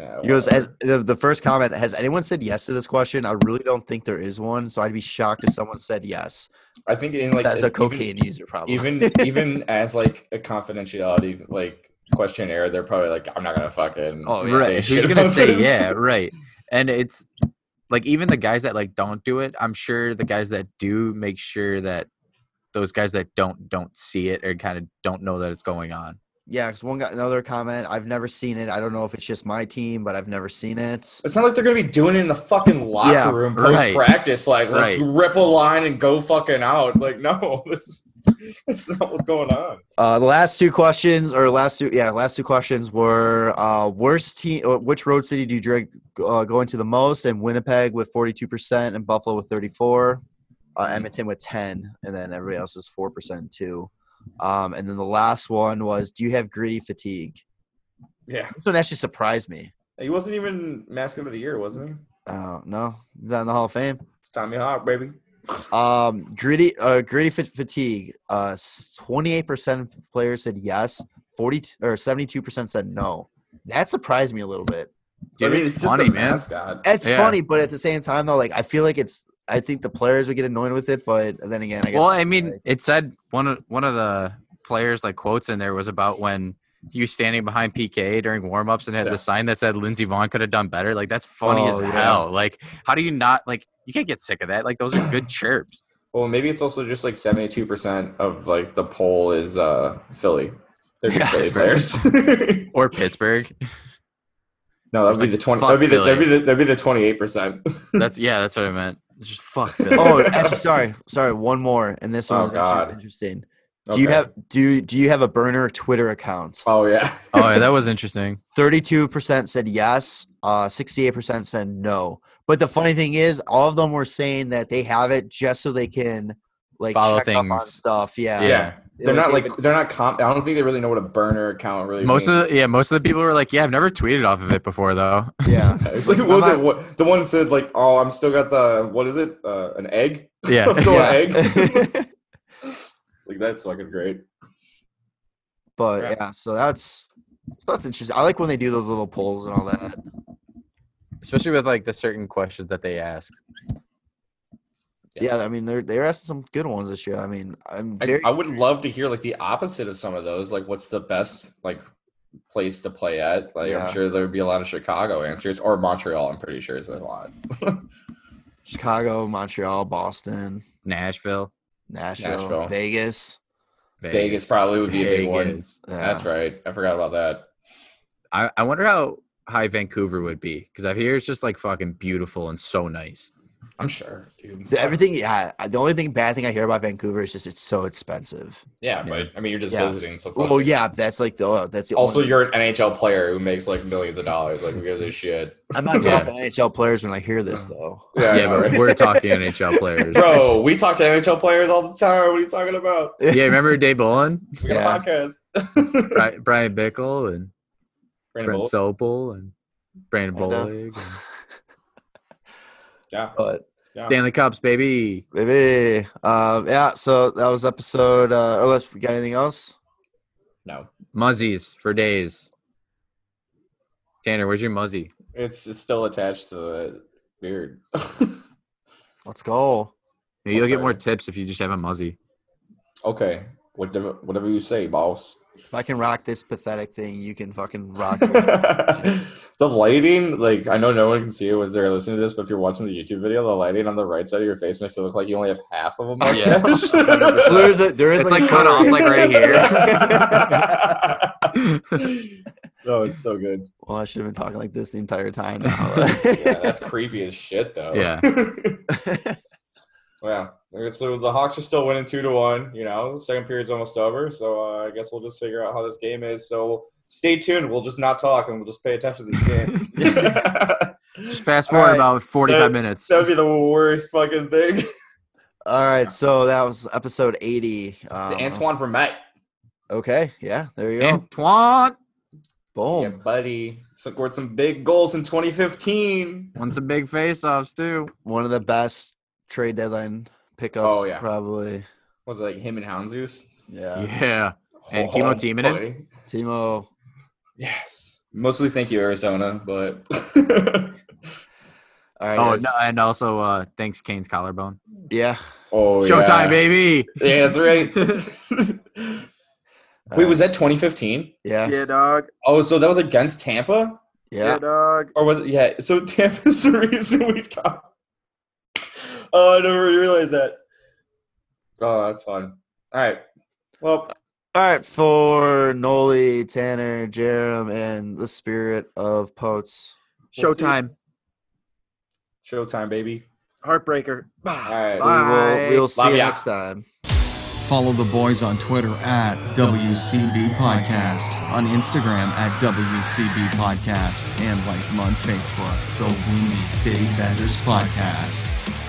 S4: Yeah,
S2: He goes
S4: whatever.
S2: as the, the first comment. Has anyone said yes to this question? I really don't think there is one, so I'd be shocked if someone said yes.
S4: I think in like
S2: That's a
S4: even-
S2: cocaine user problem. <laughs>
S4: Even even as like a confidentiality like questionnaire, they're probably like, I'm not gonna fucking.
S2: Oh, yeah.
S4: say
S3: right.
S4: shit
S3: Who's gonna
S4: about
S3: say
S4: this.
S3: yeah? Right. And it's like even the guys that like don't do it. I'm sure the guys that do make sure that those guys that don't don't see it or kind of don't know that it's going on.
S2: yeah, because one got another comment. I've never seen it. I don't know if it's just my team, but I've never seen it.
S4: It's not like they're gonna be doing it in the fucking locker
S2: Yeah,
S4: room
S3: right.
S4: post practice. Like, let's
S3: Right.
S4: rip a line and go fucking out. Like, no, <laughs> this that's not what's going on.
S2: Uh, the last two questions, or last two, yeah, last two questions were uh, worst team. uh, Which road city do you drink uh, going to the most? And Winnipeg with forty-two percent, and Buffalo with thirty-four, uh, Edmonton with ten, and then everybody else is four percent too. Um, and then the last one was, do you have gritty fatigue?
S4: Yeah,
S2: This one actually surprised me.
S4: he wasn't even mascot of the year, wasn't he?
S2: Uh, no, is that in the Hall of Fame?
S4: It's Tommy Hawk, baby.
S2: Um, gritty, uh, gritty fa- fatigue. Uh, twenty-eight percent of players said yes. forty or seventy two percent said no. That surprised me a little bit.
S3: Dude,
S4: I mean,
S3: it's,
S4: just a
S3: funny, man.
S4: mascot.
S2: It's
S3: Yeah.
S2: funny, but at the same time though, like I feel like it's I think the players would get annoyed with it, but then again, I guess.
S3: well, I mean,
S2: like,
S3: it said one of one of the players like quotes in there was about when he was standing behind PK during warmups and had
S4: Yeah.
S3: the sign that said Lindsey Vaughn could have done better. Like that's funny
S2: Oh,
S3: as
S2: yeah.
S3: hell. Like how do you not like you can't get sick of that? Like those are good chirps.
S4: Well, maybe it's also just like seventy-two percent of like the poll is uh Philly. They're just
S3: Yeah,
S4: Philly
S3: that's
S4: players. <laughs>
S3: Or Pittsburgh.
S4: no, that would be
S3: Like,
S4: the twenty.
S3: fuck
S4: That'd be the, that'd be
S3: Philly.
S4: the that'd be the twenty-eight percent.
S3: That's yeah, that's what I meant. It's Just fuck
S4: <laughs>
S3: Philly.
S2: oh, actually, sorry, sorry. One more, and this
S4: Oh,
S2: one's
S4: God.
S2: actually interesting. Do you have do do you have a burner Twitter account?
S4: Oh yeah.
S3: oh yeah, that was interesting.
S2: Thirty-two percent said yes. Uh, sixty-eight percent said no. But the funny thing is, all of them were saying that they have it just so they can like
S3: Follow
S2: check up on
S3: things.
S2: stuff. Yeah,
S4: Yeah. They're not
S2: even-
S4: like they're not comp. I don't think they really know what a burner account really.
S3: Most
S4: means.
S3: of the, yeah, most of the people were like, yeah, I've never tweeted off of it before though.
S2: <laughs>
S3: <laughs>
S4: <laughs>
S2: yeah.
S4: Yeah, It's like what was it? What the one said like, oh, I'm still got the what is it? Uh, an egg?
S3: Yeah.
S4: <laughs> Still
S2: Yeah.
S4: an egg? it's like that's fucking great.
S2: <laughs> But
S3: Crap.
S2: yeah, so that's so that's interesting. I like when they do those little polls and all that.
S3: Especially with like the certain questions that they ask.
S2: Yeah, I mean they're they're asking some good ones this year. I mean, I'm
S4: I,
S2: very
S4: I would love to hear like the opposite of some of those. Like, what's the best like place to play at? Like,
S2: Yeah.
S4: I'm sure there'd be a lot of Chicago answers or Montreal. I'm pretty sure is a lot.
S2: Chicago, Montreal, Boston,
S3: Nashville.
S2: Nashville,
S4: Nashville.
S2: Vegas.
S4: Vegas, probably would be a big one.
S3: Vegas.
S2: Yeah.
S4: That's right. I forgot about that.
S3: I, I wonder how high Vancouver would be because I hear it's just like fucking beautiful and so nice.
S4: I'm sure, dude.
S2: The- Everything, yeah. The only thing bad thing I hear about Vancouver is just it's so expensive.
S4: Yeah, but I mean, you're just
S2: Yeah.
S4: visiting. So fuck
S2: Well,
S4: it.
S2: yeah, that's like the oh, that's the
S4: Also,
S2: only-
S4: you're an NHL player who makes like millions of dollars. Like, who gives a shit?
S2: <laughs> I'm not
S3: Yeah.
S2: talking NHL players when I hear this though.
S4: Yeah, I
S3: yeah,
S4: know,
S3: but
S4: right?
S3: we're
S4: <laughs>
S3: talking NHL players.
S4: Bro, we talk to NHL players all the time. What are you talking about?
S3: Yeah, remember Dave Bolin,
S4: We got
S2: Yeah.
S4: a podcast. <laughs>
S3: Bri- Brian Bickle, and
S4: Brandon
S3: Brent
S4: Bolt.
S3: Sopel, and Brandon
S2: I know.
S3: Bolig,
S4: <laughs>
S3: and
S4: yeah,
S2: But
S4: yeah.
S3: Stanley Cups, baby.
S2: maybe, uh, yeah. So that was episode. Uh, unless we got anything else.
S4: No,
S3: Muzzies for days. Tanner, where's your muzzy?
S4: it's, it's still attached to the beard.
S2: Let's go.
S3: Maybe You'll get
S4: Okay.
S3: more tips if you just have a muzzy.
S4: okay, whatever, whatever you say, boss.
S2: If I can rock this pathetic thing, you can fucking rock. it.
S4: the lighting, like I know no one can see it when they're listening to this, but if you're watching the YouTube video, the lighting on the right side of your face makes it look like you only have half of a
S3: yeah.
S2: <laughs>
S4: mustache.
S2: So there's a there is
S3: It's like cut off, like, right
S4: <laughs> here. oh, it's so good.
S2: <laughs> Well, I should have been talking like this the entire time.
S4: yeah,
S2: Now.
S3: <laughs>
S4: that's creepy as shit, though.
S3: Yeah.
S4: <laughs>
S3: <laughs>
S4: yeah. So the Hawks are still winning two to one. You know, second period's almost over, so uh, I guess we'll just figure out how this game is. So stay tuned. We'll just not talk and we'll just pay attention to this
S3: <laughs>
S4: game. <laughs> that
S3: Just fast forward
S2: Alright.
S3: about 45
S4: That-
S3: minutes.
S4: would be the worst fucking thing.
S2: <laughs> All right, so that was episode eighty. Um,
S4: Vermette.
S2: Okay, yeah, there you go.
S3: Antoine Oh.
S2: Boom.
S4: Yeah, buddy. Scored some big goals in 2015.
S3: won some big face-offs too.
S2: one of the best trade deadline pickups,
S4: Oh, yeah.
S2: probably.
S4: Was it like him and Houndsgoose?
S2: Yeah.
S3: Yeah. And Kimo teaming it?
S4: boy.
S2: Timo,
S4: Yes. Mostly thank you, Arizona,
S3: <laughs>
S4: but <laughs>
S2: all right,
S3: Oh,
S2: guys.
S3: no, and also uh, thanks Kane's collarbone.
S2: yeah.
S4: oh yeah.
S3: Showtime, baby.
S4: Yeah, that's right. <laughs> Wait,
S2: Uh,
S4: was that 2015?
S2: yeah, yeah,
S3: dog.
S4: Oh, so that was against Tampa,
S3: dog.
S4: or was it? Yeah, so <laughs> Tampa's the reason we got. <laughs> Oh, I never realized that. Oh, that's fun. All right. Well,
S2: All right, for Noli, Tanner, Jerem, and the spirit of Potes.
S4: We'll see.
S3: Showtime.
S4: showtime, baby.
S3: Heartbreaker.
S4: All right.
S2: We will,
S3: Bye.
S2: we will see you
S4: Love ya.
S2: next time.
S1: Follow the boys on Twitter at WCB Podcast, on Instagram at WCB Podcast, and like them on Facebook, the Windy City Benders Podcast.